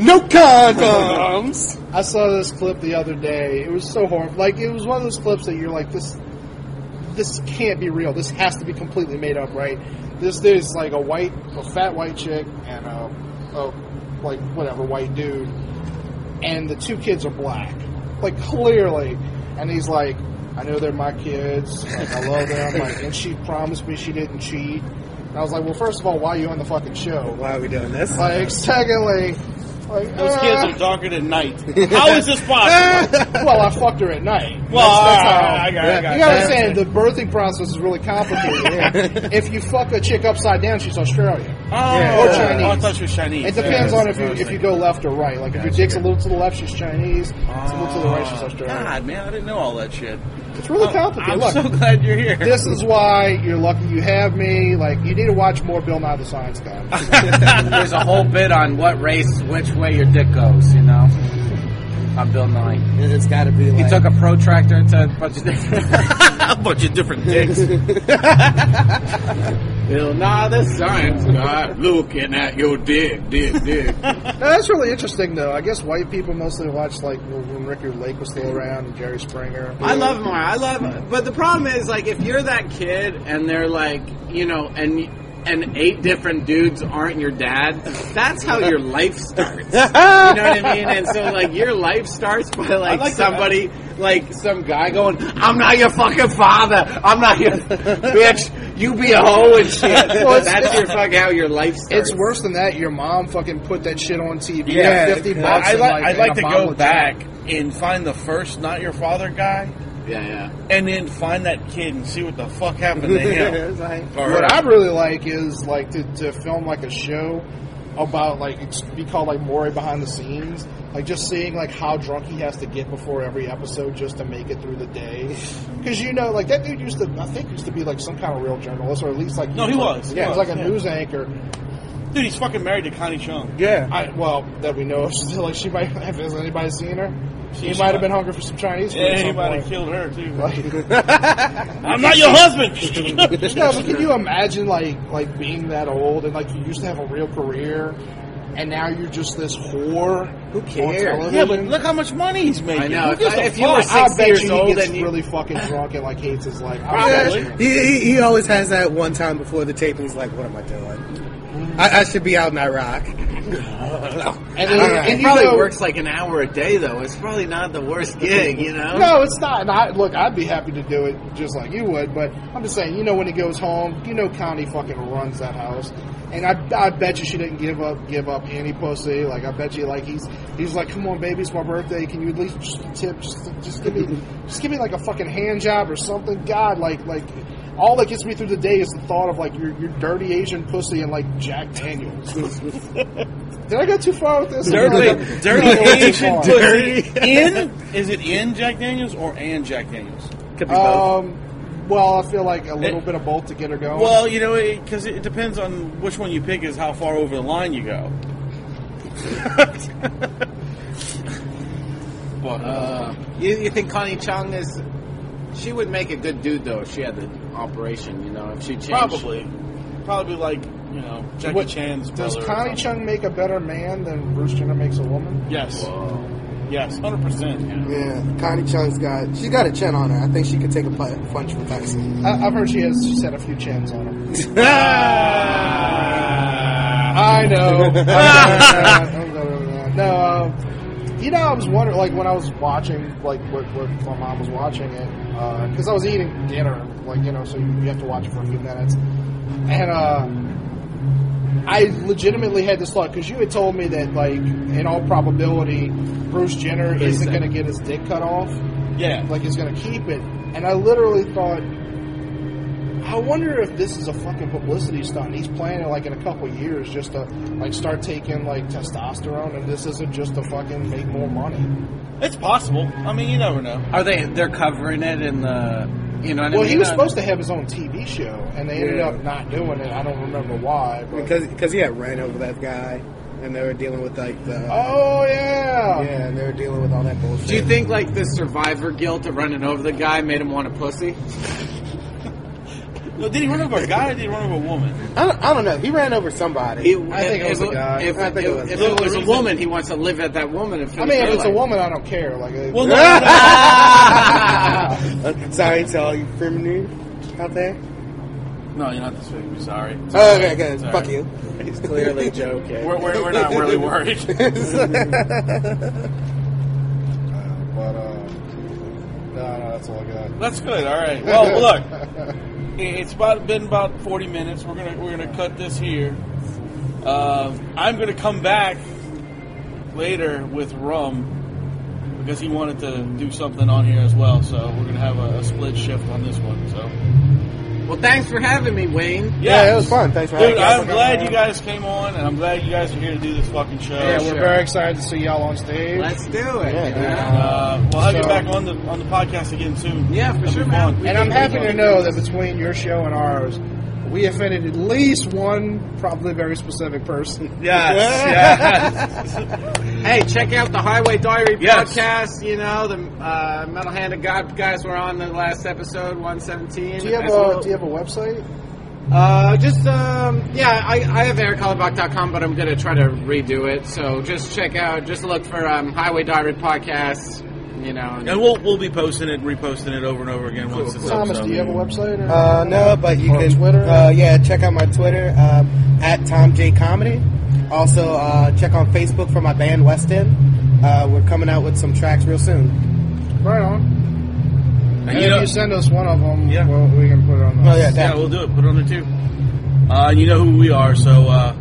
no condoms. I saw this clip the other day. It was so horrible. Like it was one of those clips that you're like, this, this can't be real. This has to be completely made up, right? This there's like a white, a fat white chick and a, a like whatever white dude, and the two kids are black, like clearly. And he's like, I know they're my kids. Like I love them. Like, and she promised me she didn't cheat. And I was like, well, first of all, why are you on the fucking show? Why are we doing this? Like, secondly, like those uh, kids are darker than night. How is this possible? well, I fucked her at night. well, That's- I, that's how- I, I, got- I, got you know what I'm saying? The birthing process is really complicated. if you fuck a chick upside down, she's Australian. Oh, Or oh, Chinese. I thought you were Chinese. It depends Yeah. on if you if you go left or right. Like if your dick's a little to the left, she's Chinese. It's a little to the right, she's Australian. God, man, I didn't know all that shit. It's really complicated. I'm Look, so glad you're here. this is why you're lucky you have me. Like you need to watch more Bill Nye the Science Guy. There's a whole bit on what race, which way your dick goes, you know? On Bill Nye. It's got to be He like took a protractor to a bunch of different. a bunch of different dicks. Bill Nye, the science guy, looking at your dick, dick, dick. Now, that's really interesting, though. I guess white people mostly watch like when Ricky Lake was still around and Jerry Springer. I love Mara. I love, but the problem is like if you're that kid and they're like, you know, and and eight different dudes aren't your dad. That's how your life starts. You know what I mean? And so like your life starts by like, like that. somebody, like some guy going, "I'm not your fucking father. I'm not your bitch. You be a hoe and shit. Well, it's- That's your fuck how your life starts. It's worse than that. Your mom fucking put that shit on TV. Yeah, for fifty I- bucks. I, and, like, like, I'd and like a to bottle go of back and find the first not your father guy, Yeah, yeah. and then find that kid and see what the fuck happened to him. It's like- Or What her. I really like is like to, to film like a show about like it's be called like Maury behind the scenes, like just seeing like how drunk he has to get before every episode just to make it through the day. Because you know, like that dude used to, I think used to be like some kind of real journalist or at least like No, he was. yeah, he was like a yeah. news anchor. dude, he's fucking married to Connie Chung. yeah. I well that we know of. So, like she might have has anybody seen her? She, she might have might- been hungry for some Chinese food. Yeah, at he some might have point. killed her too. Like, I'm not your husband. no, but can you imagine like like being that old and like you used to have a real career and now you're just this whore Who on cares? television? yeah, but look how much money he's making. I know. Who If, gives a if you fuck? were I 60 bet years you old he gets and you, really fucking drunk and like hates his life. Probably. I, He, he, he always has that one time before the tape, and he's like, "What am I doing? I, I should be out in Iraq." and, then, Alright. and it you probably know, works like an hour a day though. It's probably not the worst gig, you know. No, it's not. And I, look, I'd be happy to do it just like you would, but I'm just saying, you know, when he goes home, you know, Connie fucking runs that house, and I, I bet you she didn't give up, give up any pussy. Like, I bet you, like he's, he's like, come on, baby, it's my birthday. Can you at least just tip, just, just give me, just give me like a fucking hand job or something. God, like, like. All that gets me through the day is the thought of like your, your dirty Asian pussy and like Jack Daniels. Did I go too far with this? Dirty, dirty No, too Asian far. pussy. In is it in Jack Daniels or and Jack Daniels? Could be both. Um, well, I feel like a little It- bit of both to get her going. Well, you know, because it, depends on which one you pick is how far over the line you go. But, uh, you, you think Connie Chung is? She would make a good dude though if she had the operation, you know. If she changed, Probably, probably like you know Jackie What- Chan's does brother or Connie something. Chung make a better man than Bruce Jenner makes a woman? Yes, yes, hundred percent. Yeah, Connie Chung's got she's got a chin on her. I think she could take a pu- punch from Tyson. I, I've heard she has she's had a few chins on her. I know. I'm gonna- I'm gonna- no, um, you know, I was wondering, like when I was watching, like what, what my mom was watching it, because I was eating dinner, like you know, so you, you have to watch it for a few minutes, and uh, I legitimately had this thought because you had told me that, like, in all probability, Bruce Jenner isn't going to get his dick cut off Yeah, like he's gonna keep it. And I literally thought, I wonder if this is a fucking publicity stunt. He's planning it like in a couple years just to like start taking like testosterone, and this isn't just to fucking make more money. it's possible. I mean, you never know. Are they? They're covering it in the, you know. What I Well, mean? he was Uh, supposed to have his own TV show, and they ended Yeah. up not doing it. I don't remember why. But... because because he had ran over that guy, and they were dealing with like the oh yeah, yeah, and they were dealing with all that bullshit. Do you think like the survivor guilt of running over the guy made him want a pussy? No, did he run over a guy or did he run over a woman? I don't, I don't know. He ran over somebody. I think it was if, a guy. If, I think it if- was- if it was The a reason- woman, he wants to live at that woman. And I finish mean, her if it's a life. woman, I don't care. Like, it- Well, no, no, no. Sorry to all you feminists out there. no, you're not this big. I'm sorry. Oh, okay, good. Sorry. Fuck you. He's clearly joking. We're, we're, we're not really worried. Uh, but uh, no, no, that's all I got. That's good. All right. Well, look, i- it's about been about forty minutes. We're gonna we're gonna cut this here. Um, I'm gonna come back later with rum because he wanted to do something on here as well. So we're gonna have a, a split shift on this one. So Well, thanks for having me, Wayne. Yeah, it was fun. Thanks for Dude, having us. I'm glad you guys came on, and I'm glad you guys are here to do this fucking show. Yeah, we're sure. very excited to see y'all on stage. Let's do it. Yeah, dude. Uh, we'll have you So- back on the on the podcast again soon. Yeah, for That'd sure, be man. fun. And I'm happy to know that between your show and ours, we offended at least one, probably very specific person. Hey, check out the Highway Diary Yes. podcast. You know, the uh, Metal Hand of God guys were on the last episode, 117. Do you have Nice little- a Do you have a website? Uh, just, um, yeah, I, I have erichollerbach.com, but I'm going to try to redo it. So just check out, just look for um, Highway Diary podcast, you know. and- And we'll we'll be posting it, reposting it over and over again once it's up. Thomas, so- do you have a website? Or? Uh, no, but you Or can Twitter? Uh, yeah, check out my Twitter um, at Tom J Comedy. Also, uh, check on Facebook for my band West End. Uh, we're coming out with some tracks real soon. right on. And you if know- you send us one of them, Yeah. well, we can put it on. Oh, yeah, Yeah, definitely. we'll do it. Put it on there too. Uh, and you know who we are, so uh,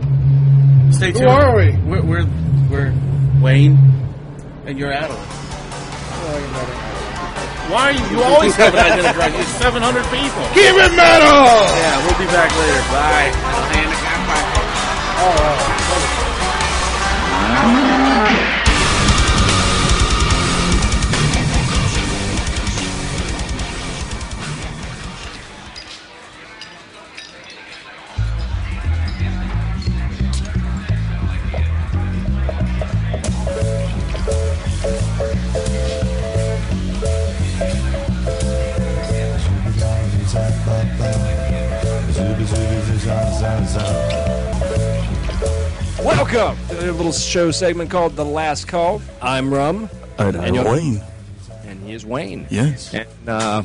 stay Who tuned. are we? We're, we're, we're Wayne, and you're Adam. Oh, Why are you, you always have an identity crisis? There's 700 people. Keep it metal! Yeah, we'll be back later. Bye. Welcome to a little show segment called The Last Call. I'm Rum, And, And you're- Wayne. and he is Wayne. Yes. And uh,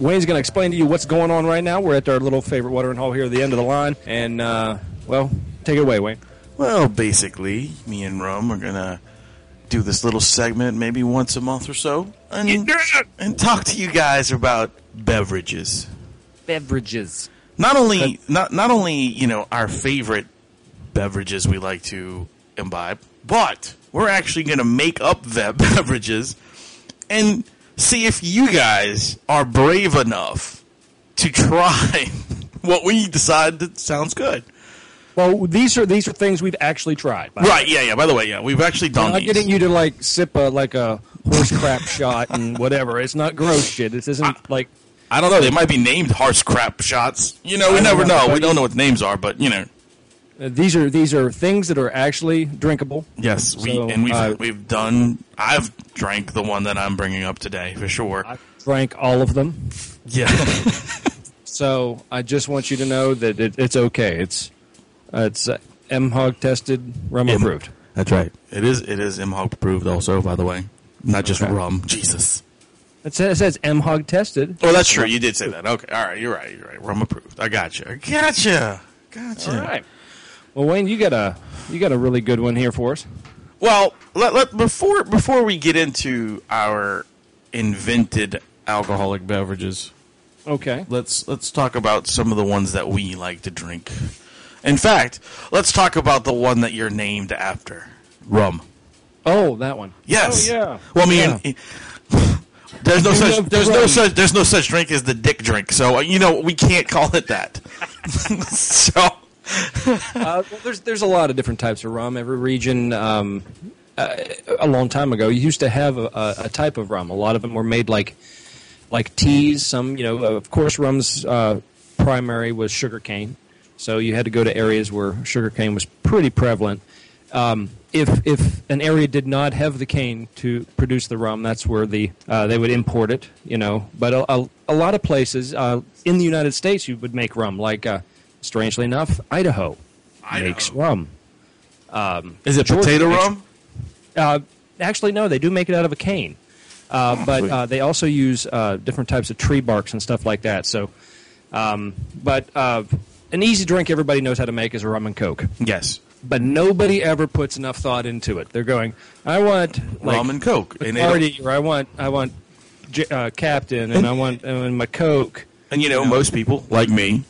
Wayne's going to explain to you what's going on right now. We're at our little favorite watering hole here at the end of the line. And, uh, well, take it away, Wayne. Well, basically, me and Rum are gonna do this little segment maybe once a month or so, and and talk to you guys about beverages. Beverages. Not only not not only you know our favorite beverages we like to imbibe, but we're actually gonna make up that beverages and see if you guys are brave enough to try what we decide that sounds good. Well, these are these are things we've actually tried. by the way. Right? Yeah, yeah. By the way, yeah, we've actually I'm done not these. getting you to like sip a like a horse crap shot and whatever. It's not gross shit. This isn't like I don't know. They might be named horse crap shots. You know, we never know. We don't know what the names are, but you know, uh, these are these are things that are actually drinkable. yes, we So, and we've uh, we've done. I've drank the one that I'm bringing up today for sure. I drank all of them, yeah, so I just want you to know that it, it's okay. It's uh, it's uh, M Hog tested, rum Yeah. approved. that's right. It is. It is MHOG approved also. By the way, not just Okay. rum. Jesus. It says, it says M Hog tested. Oh, that's true. You did say that. Okay. All right. You're right. You're right. Rum approved. I gotcha. I gotcha. Gotcha. All right. Well, Wayne, you got a you got a really good one here for us. Well, let, let before before we get into our invented alcoholic beverages. Okay. let's let's talk about some of the ones that we like to drink. In fact, let's talk about the one that you're named after. Rum. Oh, that one. Yes. Oh, yeah. Well, I mean, there's no King such of there's no rum. such there's no such drink as the dick drink. So uh, you know we can't call it that. so Uh, well, there's there's a lot of different types of rum. Every region, um, uh, a long time ago, used to have a, a, a type of rum. A lot of them were made like like teas. Some, you know, of course, rum's uh, primary was sugar cane, so you had to go to areas where sugar cane was pretty prevalent. Um, if if an area did not have the cane to produce the rum, that's where the uh, they would import it. You know, but a, a, a lot of places uh, in the United States, you would make rum. Like uh, strangely enough, Idaho makes rum. Um, is it Georgia potato makes- rum? Uh, actually, no, they do make it out of a cane, uh, Oh, but uh, they also use uh, different types of tree barks and stuff like that. So, um, but uh, an easy drink everybody knows how to make is a rum and coke, Yes. but nobody ever puts enough thought into it. They're going, I want like, rum and Coke, and, they don't- Bacardi, or I want I want J- uh, Captain, and I want and my coke. and you know most people like me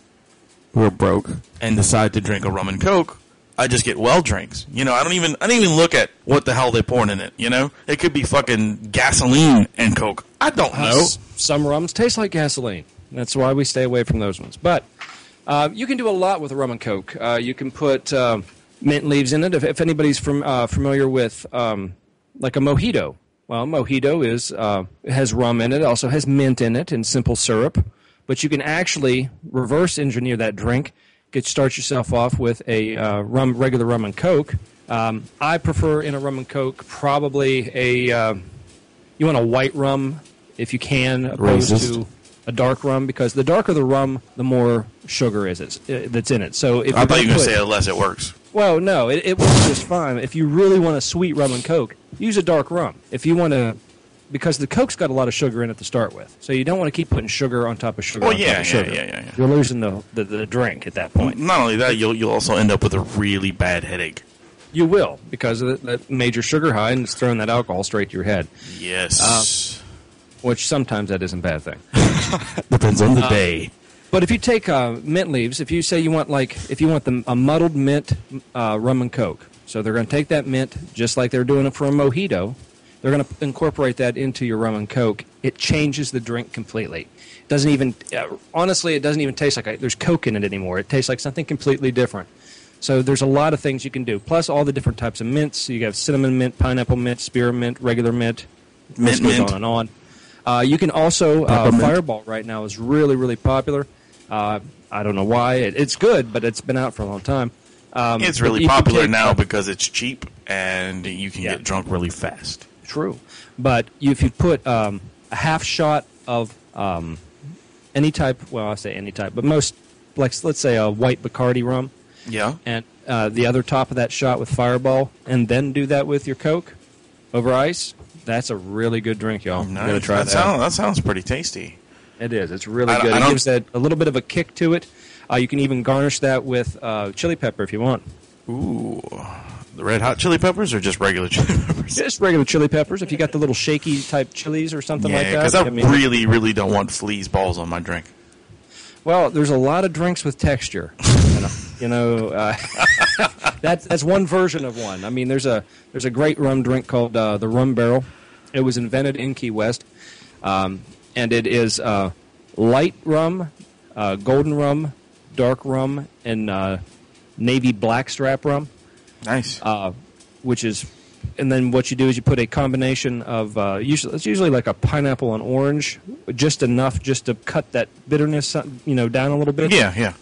who are broke and decide to drink a rum and coke. I just get well drinks. You know, I don't even I don't even look at what the hell they're pouring in it. You know, it could be fucking gasoline and coke. I don't know. Uh, S- Some rums taste like gasoline. That's why we stay away from those ones. But uh, you can do a lot with rum and coke. Uh, you can put uh, mint leaves in it. If, if anybody's from, uh, familiar with um, like a mojito, well, mojito is uh, it has rum in it. It Also has mint in it and simple syrup. But you can actually reverse engineer that drink. Get start yourself off with a uh, rum, regular rum and coke. Um, I prefer in a rum and coke probably a. Uh, you want a white rum if you can, opposed to a dark rum, because the darker the rum, the more sugar is it, uh, that's in it. So if I you're thought you were gonna gonna put- say unless it works. well, no, it, it works just fine. If you really want a sweet rum and coke, use a dark rum. If you want to, because the coke's got a lot of sugar in it to start with, so you don't want to keep putting sugar on top of sugar. Well, on yeah, top of yeah, sugar. yeah, yeah, yeah. You're losing the, the the drink at that point. Not only that, you'll you'll also end up with a really bad headache. You will because of that- that major sugar high, and it's throwing that alcohol straight to your head. Yes. which sometimes that isn't a bad thing. Depends on um, the day. But if you take uh, mint leaves, if you say you want like if you want the, a muddled mint uh, rum and coke, so they're going to take that mint just like they're doing it for a mojito. They're going to incorporate that into your rum and coke. It changes the drink completely. It doesn't even uh, honestly, it doesn't even taste like uh, there's coke in it anymore. It tastes like something completely different. So there's a lot of things you can do. Plus all the different types of mints. So you have cinnamon mint, pineapple mint, spearmint, regular mint. Mint This goes mint. on and on. Uh, you can also uh, Peppermint. Fireball right now is really really popular. Uh, I don't know why it, it's good, but it's been out for a long time. Um, It's but really you can popular take- now because it's cheap and you can Yeah. get drunk really fast. True, but you, if you put um, a half shot of um, any type, well, I say any type, but most like let's say a white Bacardi rum, Yeah. and uh, the other top of that shot with Fireball, and then do that with your Coke over ice. That's a really good drink, y'all. I'm gonna Oh, Nice. try that, that. sound- that sounds pretty tasty. It is. It's really I don't- good. I It don't- gives that a little bit of a kick to it. Uh, you can even garnish that with uh, chili pepper if you want. Ooh. The red hot chili peppers or just regular chili peppers? Just regular chili peppers. If you got the little shaky type chilies or something yeah, like that. because I, I mean- really, really don't want fleas balls on my drink. Well, there's a lot of drinks with texture. you know, you know uh, that's that's one version of one. I mean, there's a there's a great rum drink called uh, the Rum Barrel. It was invented in Key West, um, and it is uh, light rum, uh, golden rum, dark rum, and uh, navy blackstrap rum Nice. uh, which is, and then what you do is you put a combination of uh, usually it's usually like a pineapple and orange, just enough just to cut that bitterness uh, you know down a little bit. yeah, yeah.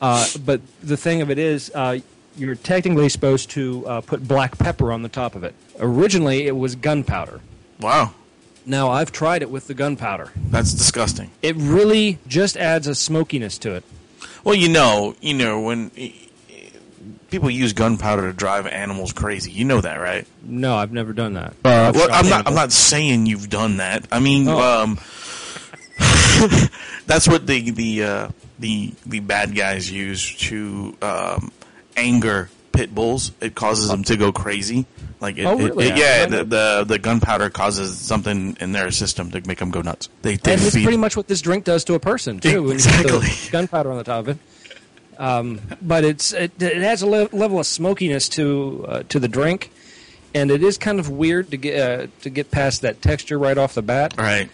Uh, but the thing of it is, uh, you're technically supposed to uh, put black pepper on the top of it. Originally, it was gunpowder. Wow. Now I've tried it with the gunpowder. That's disgusting. It really just adds a smokiness to it. Well, you know, you know when eh, eh, people use gunpowder to drive animals crazy. You know that, right? No, I've never done that. Uh, I've well, shot I'm not. animals. I'm not saying you've done that. I mean, Oh. um, that's what the the uh, the the bad guys use to um, anger pit bulls. It causes them to go crazy. Like, it, Oh, it- really? it- yeah, I the, don't the the gunpowder causes something in their system to make them go nuts. They they and that's feed- pretty much what this drink does to a person too. when you put the Exactly. gunpowder on the top of it. Um, but it's it, it adds a le- level of smokiness to uh, to the drink, and it is kind of weird to get uh, to get past that texture right off the bat. right.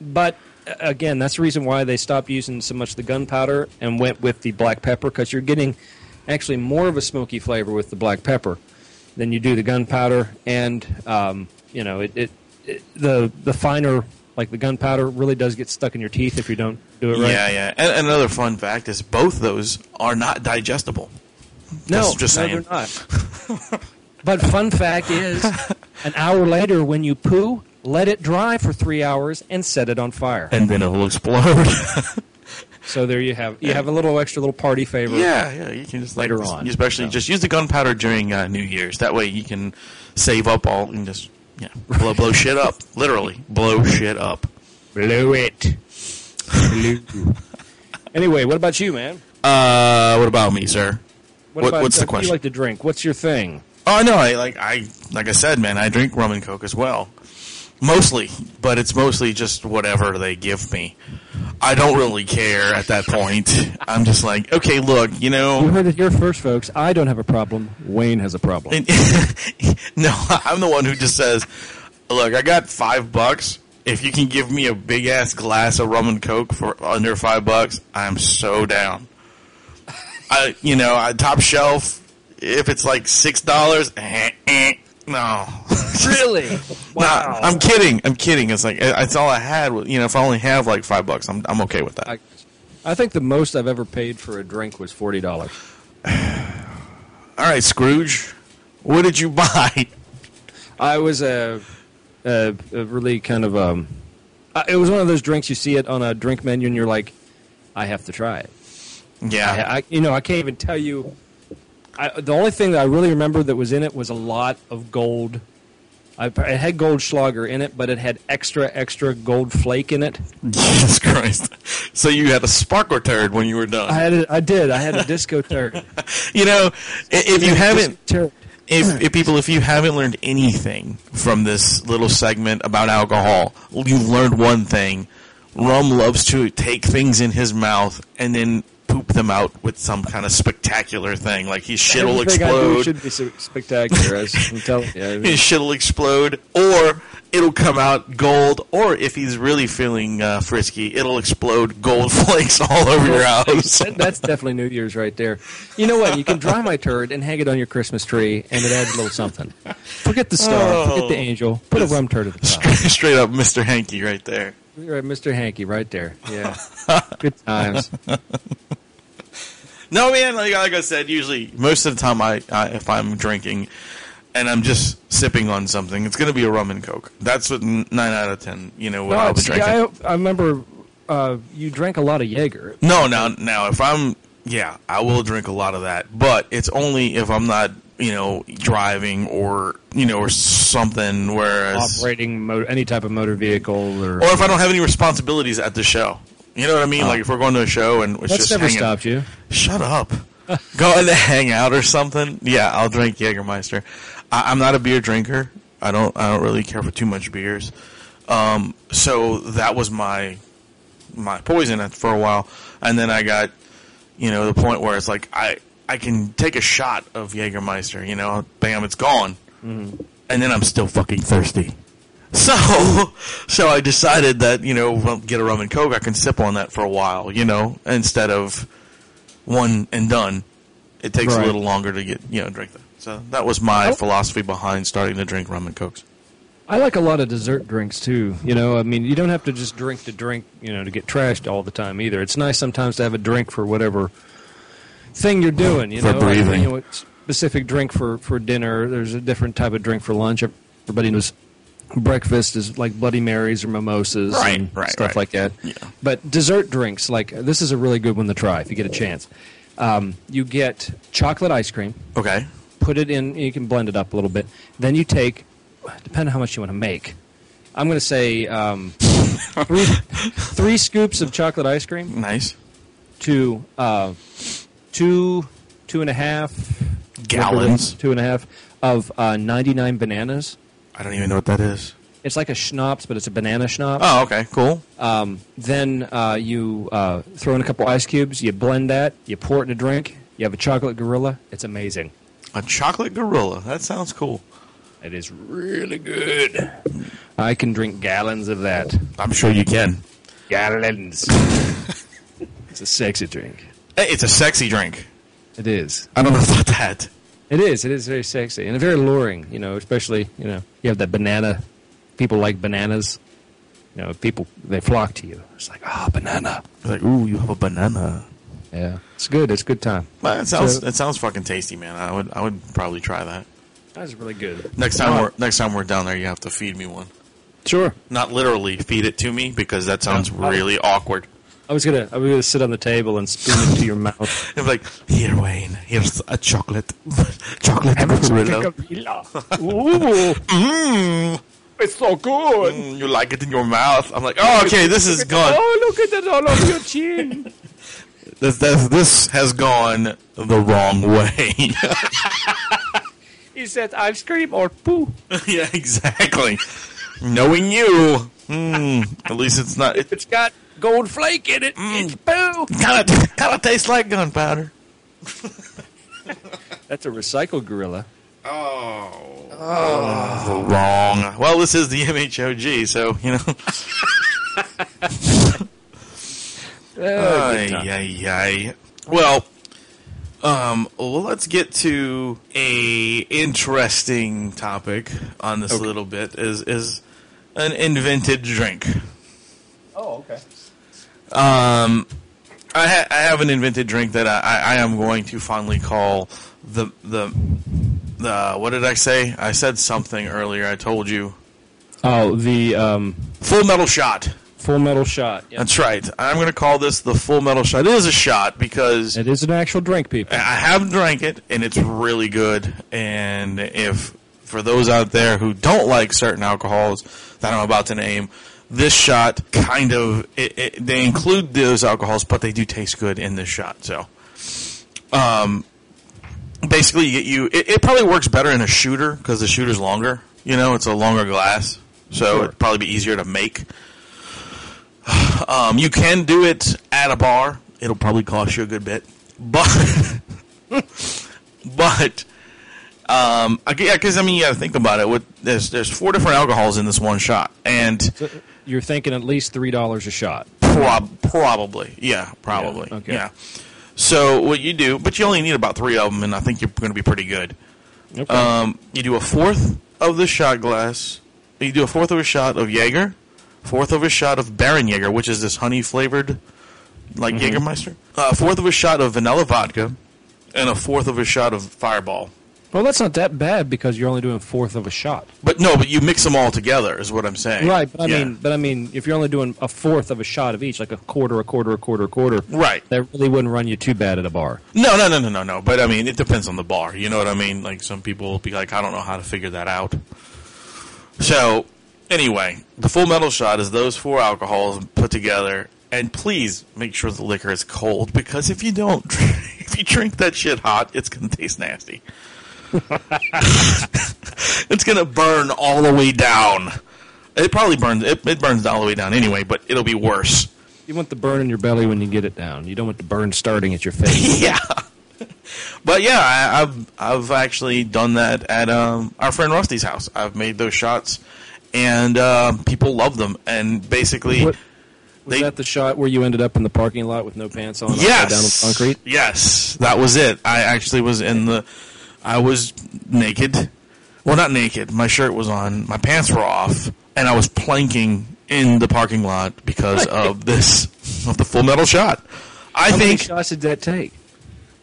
But uh, again, that's the reason why they stopped using so much the gunpowder and went with the black pepper because you're getting actually more of a smoky flavor with the black pepper than you do the gunpowder. And um, you know, it, it, it the the finer like the gunpowder really does get stuck in your teeth if you don't do it right. Yeah, yeah. And, and another fun fact is both those are not digestible. no, just no, saying. they're not. but fun fact is, an hour later when you poo, let it dry for three hours and set it on fire. And then it'll explode. So there you have you have a little extra little party favor. Yeah, yeah. You can just like, Later on. especially So. just use the gunpowder during uh, New Year's. That way you can save up all and just yeah blow blow shit up. Literally blow shit up. Blew it. Blew. anyway, what about you, man? Uh, what about me, sir? What- about, what's the uh, What do question? you like to drink? What's your thing? Oh no, I like I like I said, man. I drink rum and coke as well, mostly, but it's mostly just whatever they give me. I don't really care at that point. I'm just like, okay, look, you know, You heard it here first, folks. I don't have a problem. Wayne has a problem. And, no, I'm the one who just says, "Look, I got five bucks. If you can give me a big ass glass of rum and coke for under five bucks, I'm so down." I, you know, I, top shelf. If it's like six dollars, eh, eh, no. really? Nah, I'm kidding. I'm kidding. It's like it's all I had. Was, you know, if I only have like five bucks, I'm I'm okay with that. I, I think the most I've ever paid for a drink was forty dollars. all right, Scrooge, what did you buy? I was a, a, a really kind of um, I, it was one of those drinks you see it on a drink menu and you're like, I have to try it. Yeah, I, I you know I can't even tell you. I, the only thing that I really remember that was in it was a lot of gold. I, it had gold Schlager in it, but it had extra extra gold flake in it. Jesus Christ! So you had a sparkle turd when you were done. I had a, I did I had a disco turd. You know, i- if you haven't Disco turd. if, if people, if you haven't learned anything from this little segment about alcohol, you learned one thing. Rum loves to take things in his mouth and then poop them out with some kind of spectacular thing. Like his shit will Everything I do explode. should be so spectacular. As I'm telling you, I mean, his shit'll explode, or it'll come out gold, or if he's really feeling uh, frisky, it'll explode gold flakes all over your house. that- that's definitely New Year's right there. You know what? You can dry my turd and hang it on your Christmas tree, and it adds a little something. Forget the star, forget Oh. the angel, put a rum turd at the top. Straight up, Mr. Hanky, right there. Right, Mr. Hanky, right there. Yeah, good times. No, man. Like, like I said, usually most of the time, I, I if I'm drinking and I'm just sipping on something, it's gonna be a rum and coke. That's what n- nine out of ten. You know what No, I'll be see, drinking. I, I remember uh, you drank a lot of Jaeger. No, now, now, if I'm, yeah, I will drink a lot of that, but it's only if I'm not, you know, driving or, you know, or something, whereas, Operating motor, any type of motor vehicle, or, or if I don't have any responsibilities at the show. You know what I mean? Like if we're going to a show and it's Oh. that's just never hanging. stopped you. Shut up. going to hang out or something. Yeah, I'll drink Jägermeister. I, I'm not a beer drinker. I don't. I don't really care for too much beers. Um, so that was my my poison at- for a while, and then I got you know the point where it's like I I can take a shot of Jägermeister. You know, bam, it's gone, and then I'm still fucking thirsty. So, so I decided that you know, well, get a rum and coke. I can sip on that for a while, you know, instead of one and done. It takes a Right. little longer to get you know drink that. So that was my philosophy behind starting to drink rum and cokes. I like a lot of dessert drinks too. You know, I mean, you don't have to just drink to drink, you know, to get trashed all the time either. It's nice sometimes to have a drink for whatever thing you're doing, you For know. like, breathing. you know, a specific drink for for dinner, there's a different type of drink for lunch. Everybody knows breakfast is like bloody marys or mimosas Right, and right, stuff right. like that. Yeah. But dessert drinks like this is a really good one to try if you get a chance. Um, you get chocolate ice cream Okay. put it in. You can blend it up a little bit. Then you take, depending on how much you want to make. I'm going to say um, three, three scoops of chocolate ice cream Nice. to uh, two, two and a half Gallons. two and a half of uh, 99 bananas. I don't even know what that is. It's like a schnapps, but it's a banana schnapps. Oh, okay, cool. Um, then uh, you uh, throw in a couple ice cubes. You blend that. You pour it in a drink. You have a chocolate gorilla. It's amazing. A chocolate gorilla. That sounds cool. It is really good. I can drink gallons of that. I'm sure you can. Gallons. it's a sexy drink. Hey, It's a sexy drink. It is. I don't know about that. It is. It is very sexy and very alluring. You know, especially you know you have that banana. People like bananas. You know, people they flock to you. It's like ah, banana. Like, ooh, you have a banana. Yeah, it's good. It's a good time. Well, that sounds So- that sounds fucking tasty, man. I would I would probably try that. That's really good. Next time we're next time we're down there, you have to feed me one. Sure. Not literally feed it to me because that sounds really awkward. I was gonna. I was gonna sit on the table and spoon it to your mouth. It'd be like, here, Wayne, here's a chocolate, chocolate gorilla. Ooh, Mm-hmm. Mmm, it's so good. mm, you like it in your mouth. I'm like, oh, okay, this is gone. Oh, look at that all over your chin. This, this, this has gone the wrong way. Is that ice cream or poo? yeah, exactly. Knowing you, mm, at least it's not. It It's got gold flake in it. It's poo. kind of kind of tastes like gunpowder. That's a recycled gorilla. Wrong. Well, this is the MHOG, so you know. Oh, Ay, ay, ay. Well, um, well, let's get to a interesting topic on this little bit. Is is an invented drink? Oh, okay. Um, I, ha- I have an invented drink that I, I, I am going to fondly call the the the. What did I say? I said something earlier. I told you. Oh, the um, Full metal shot. full metal shot. Yeah. That's right. I'm going to call this the full metal shot. It is a shot because It is an actual drink, people. I have drank it and it's really good. And if for those out there who don't like certain alcohols that I'm about to name, this shot kind of it, it, they include those alcohols, but they do taste good in this shot. So, um, basically you, you it, it probably works better in a shooter because the shooter's longer. You know, it's a longer glass, so it'd probably be easier to make. Um, you can do it at a bar. It'll probably cost you a good bit, but but um, I because I mean you got to think about it. With there's there's four different alcohols in this one shot, and You're thinking at least three dollars a shot. prob- probably yeah, probably okay. yeah. So what you do, but you only need about three of them, and I think you're going to be pretty good. Okay. Um, you do a fourth of the shot glass. You do a fourth of a shot of Jaeger, fourth of a shot of Baron Jaeger, which is this honey flavored, like Mm-hmm. Jägermeister. Uh, fourth of a shot of vanilla vodka, and a fourth of a shot of Fireball. well, that's not that bad because you're only doing a fourth of a shot. But no, but you mix them all together is what I'm saying. Right, but I Yeah. mean, but I mean, if you're only doing a fourth of a shot of each, like a quarter, a quarter, a quarter, a quarter, Right. that really wouldn't run you too bad at a bar. No, no, no, no, no, no. But I mean, it depends on the bar. You know what I mean? Like some people will be like, I don't know how to figure that out. So anyway, the full metal shot is those four alcohols put together, and please make sure the liquor is cold because if you don't, if you drink that shit hot, it's gonna taste nasty. it's gonna burn all the way down. It probably burns. It, it burns all the way down anyway, but it'll be worse. You want the burn in your belly when you get it down. You don't want the burn starting at your face. yeah. But yeah, I, I've I've actually done that at um, our friend Rusty's house. I've made those shots, and uh, people love them. And basically, What- Was They- that the shot where you ended up in the parking lot with no pants on, upside yes, down on concrete? yes, that was it. I actually was in the, I was naked, well not naked. My shirt was on, my pants were off, and I was planking in the parking lot because of this of the Full Metal shot. I How many think. shots did that take?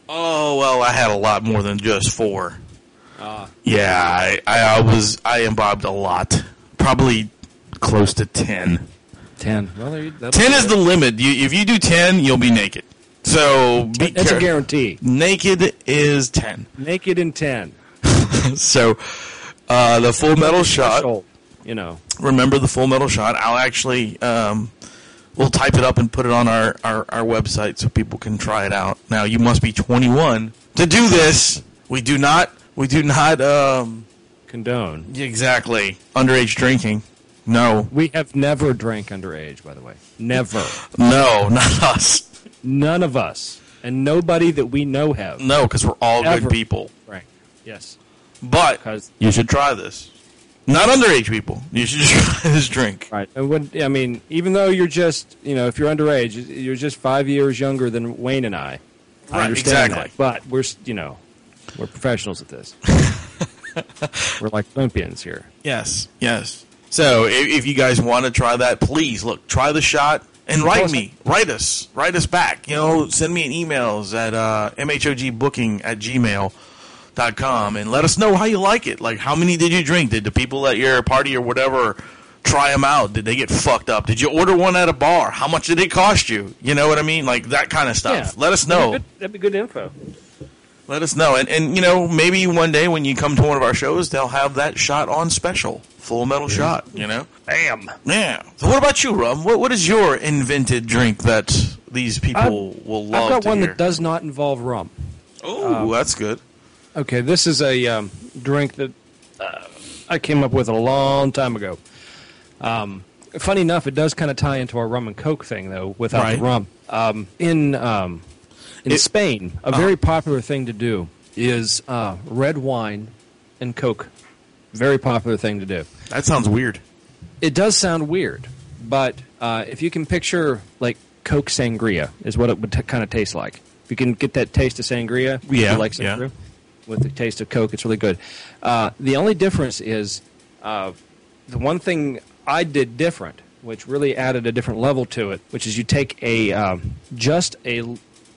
Oh well, I had a lot more than just four. Ah. yeah, I, I, I was I imbibed a lot, probably close to ten. Ten. Well, there you, that'll Ten do is it. the limit. You, if you do ten, you'll be naked. So be That's a care- guarantee. Naked is ten. Naked in ten. So uh, the full metal shot. Threshold, You know. remember the full metal shot i'll actually um, we'll type it up and put it on our, our, our website so people can try it out now you must be 21 to do this we do not we do not um, condone. exactly underage drinking no We have never drank underage, by the way. Never. no not us None of us. And nobody that we know have no because we're all Ever. good people drank. Yes. but 'Cause- you should try this not underage people you should try this drink Right. And when, I mean, even though you're just, you know, if you're underage, you're just five years younger than Wayne and I. I Right, understand exactly. that, but we're, s- you know, we're professionals at this. we're like Olympians here. yes yes so if, if you guys want to try that please look try the shot and write me write us write us back you know send me an emails at uh, mhogbooking at gmail.com and let us know how you like it like how many did you drink did the people at your party or whatever try them out did they get fucked up did you order one at a bar how much did it cost you you know what i mean like that kind of stuff Uh, let us know That'd be good info. let us know. And, and, you know, maybe one day when you come to one of our shows, they'll have that shot on special. Full metal shot, you know? Bam. Yeah. So what about you, Rum? What, what is your invented drink that these people will love I've got to one hear? that um, does not involve rum. Oh, that's good. Okay, this is a um, drink that uh, I came up with a long time ago. Um, funny enough, it does kind of tie into our rum and coke thing, though. Without Right. the rum, um, in um, in It- Uh-huh. Spain, a very popular thing to do is uh, red wine and coke. Very popular thing to do That sounds weird. it does sound weird, but uh, if you can picture like Coke sangria is what it would t- kind of taste like. If you can get that taste of sangria, if Yeah, you like yeah. sangria, with the taste of Coke, it's really good. Uh, the only difference is uh, the one thing I did different, which really added a different level to it, which is you take a um, just a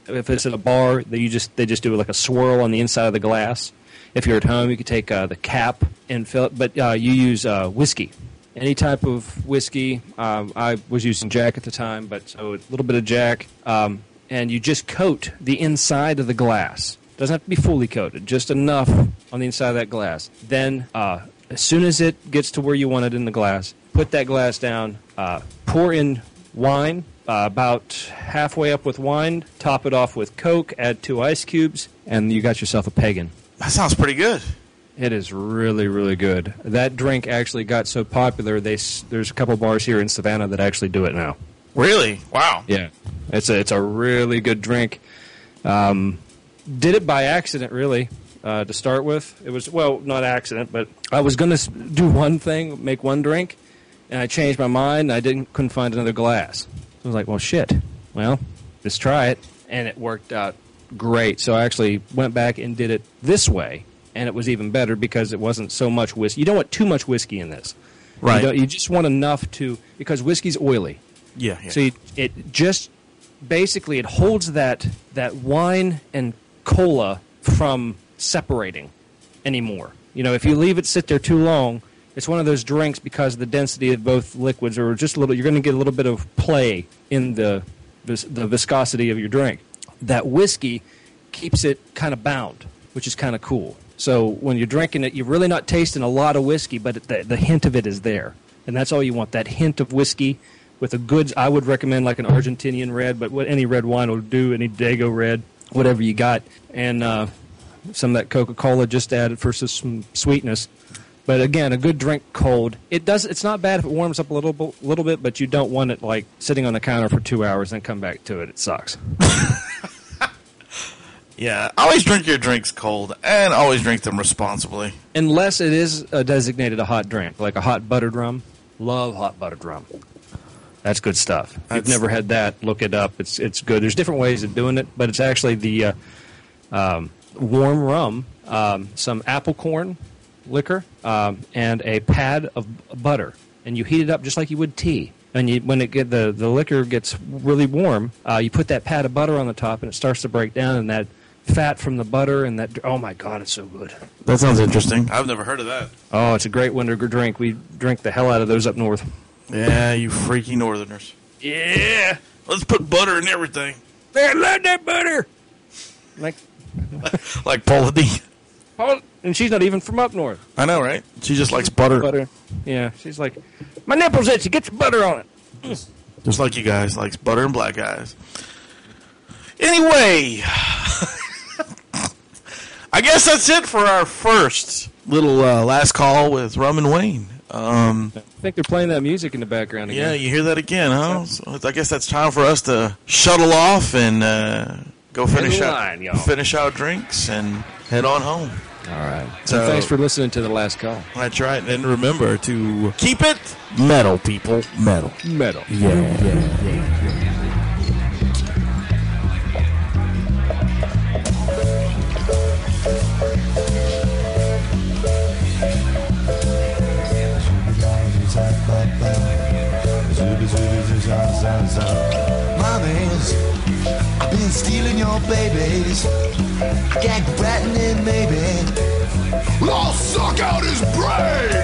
if it's at a bar, they you just they just do like a swirl on the inside of the glass. If you're at home, you could take uh, the cap and fill it, but uh, you use uh, whiskey, any type of whiskey. Um, I was using Jack at the time, but so a little bit of Jack, um, and you just coat the inside of the glass. Doesn't have to be fully coated, just enough on the inside of that glass. Then, uh, as soon as it gets to where you want it in the glass, put that glass down. Uh, pour in wine uh, about halfway up with wine, top it off with Coke, add two ice cubes, and you got yourself a pagan. That sounds pretty good. It is really, really good. That drink actually got so popular. They s- there's a couple bars here in Savannah that actually do it now. Really? Wow. Yeah, it's a it's a really good drink. Um, did it by accident, really. Uh, to start with, it was well not accident, but I was going to do one thing, make one drink, and I changed my mind. And I didn't couldn't find another glass. I was like, well, shit. Well, let's try it, and it worked out great. So I actually went back and did it this way, and it was even better because it wasn't so much whiskey. You don't want too much whiskey in this, Right. You, don't- you just want enough to because whiskey's oily. Yeah. yeah. So you, it just basically it holds that that wine and cola from separating anymore. You know, if you leave it sit there too long, it's one of those drinks because of the density of both liquids or just a little. You're going to get a little bit of play in the vis- the viscosity of your drink. That whiskey keeps it kind of bound, which is kind of cool. So when you're drinking it, you're really not tasting a lot of whiskey, but the, the hint of it is there, and that's all you want. That hint of whiskey with a good. I would recommend like an Argentinian red, but what any red wine will do, any Dago red, whatever you got, and uh, some of that Coca Cola just added for s- some sweetness. But again, a good drink cold. It does. It's not bad if it warms up a little, bu- little bit, but you don't want it like sitting on the counter for two hours and then come back to it. It sucks. yeah. Always drink your drinks cold and always drink them responsibly. unless it is uh, designated a hot drink, like a hot buttered rum. Love hot buttered rum. That's good stuff. If you've That's- never had that, look it up. It's it's good. There's different ways of doing it, but it's actually the uh, um, warm rum, um, some apple corn liquor, um, and a pad of butter, and you heat it up just like you would tea. And you, when it get the, the liquor gets really warm, uh, you put that pad of butter on the top, and it starts to break down, and that fat from the butter and that oh my god, it's so good. That sounds interesting. I've never heard of that. Oh, it's a great winter g- drink. We drink the hell out of those up north. Yeah, you freaky northerners. Yeah. Let's put butter in everything. Man, love that butter. Like, Like Paula Dean. Paul- and she's not even from up north. I know, right? She just likes butter. Butter. Yeah, she's like, my nipples itchy. Get some butter on it. Just like you guys, likes butter and black eyes. Anyway, I guess that's it for our first little uh, last call with Rum and Wayne. Um, I think they're playing that music in the background yeah, again. you hear that again, huh? So I guess that's time for us to shuttle off and uh, go finish line, y'all. out, finish our drinks and head on home. All right. So So- thanks for listening to the last call. That's right. And remember to keep it metal, people. Metal. Metal. Mommy's, I've been stealing your babies, gag rattling maybe. I'll suck out his brain.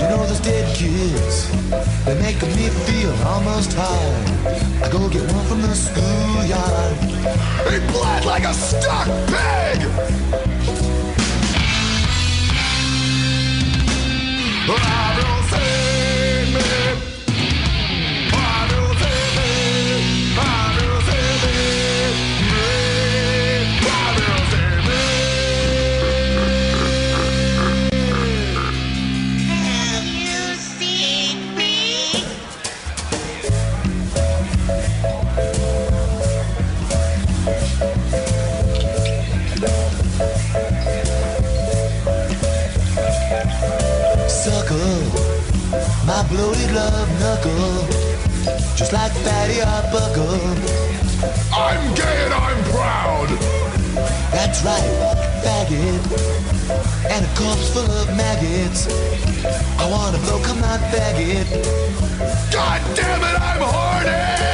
You know those dead kids, they make me feel almost high. I go get one from the schoolyard. He bled like a stuck pig. Have you seen me? Have you seen me? Have you seen me? Me? Have you seen me? suckle my bloated love knuckle just like fatty buckle i'm gay and i'm proud that's right faggot and a corpse full of maggots i wanna blow come my faggot god damn it i'm horny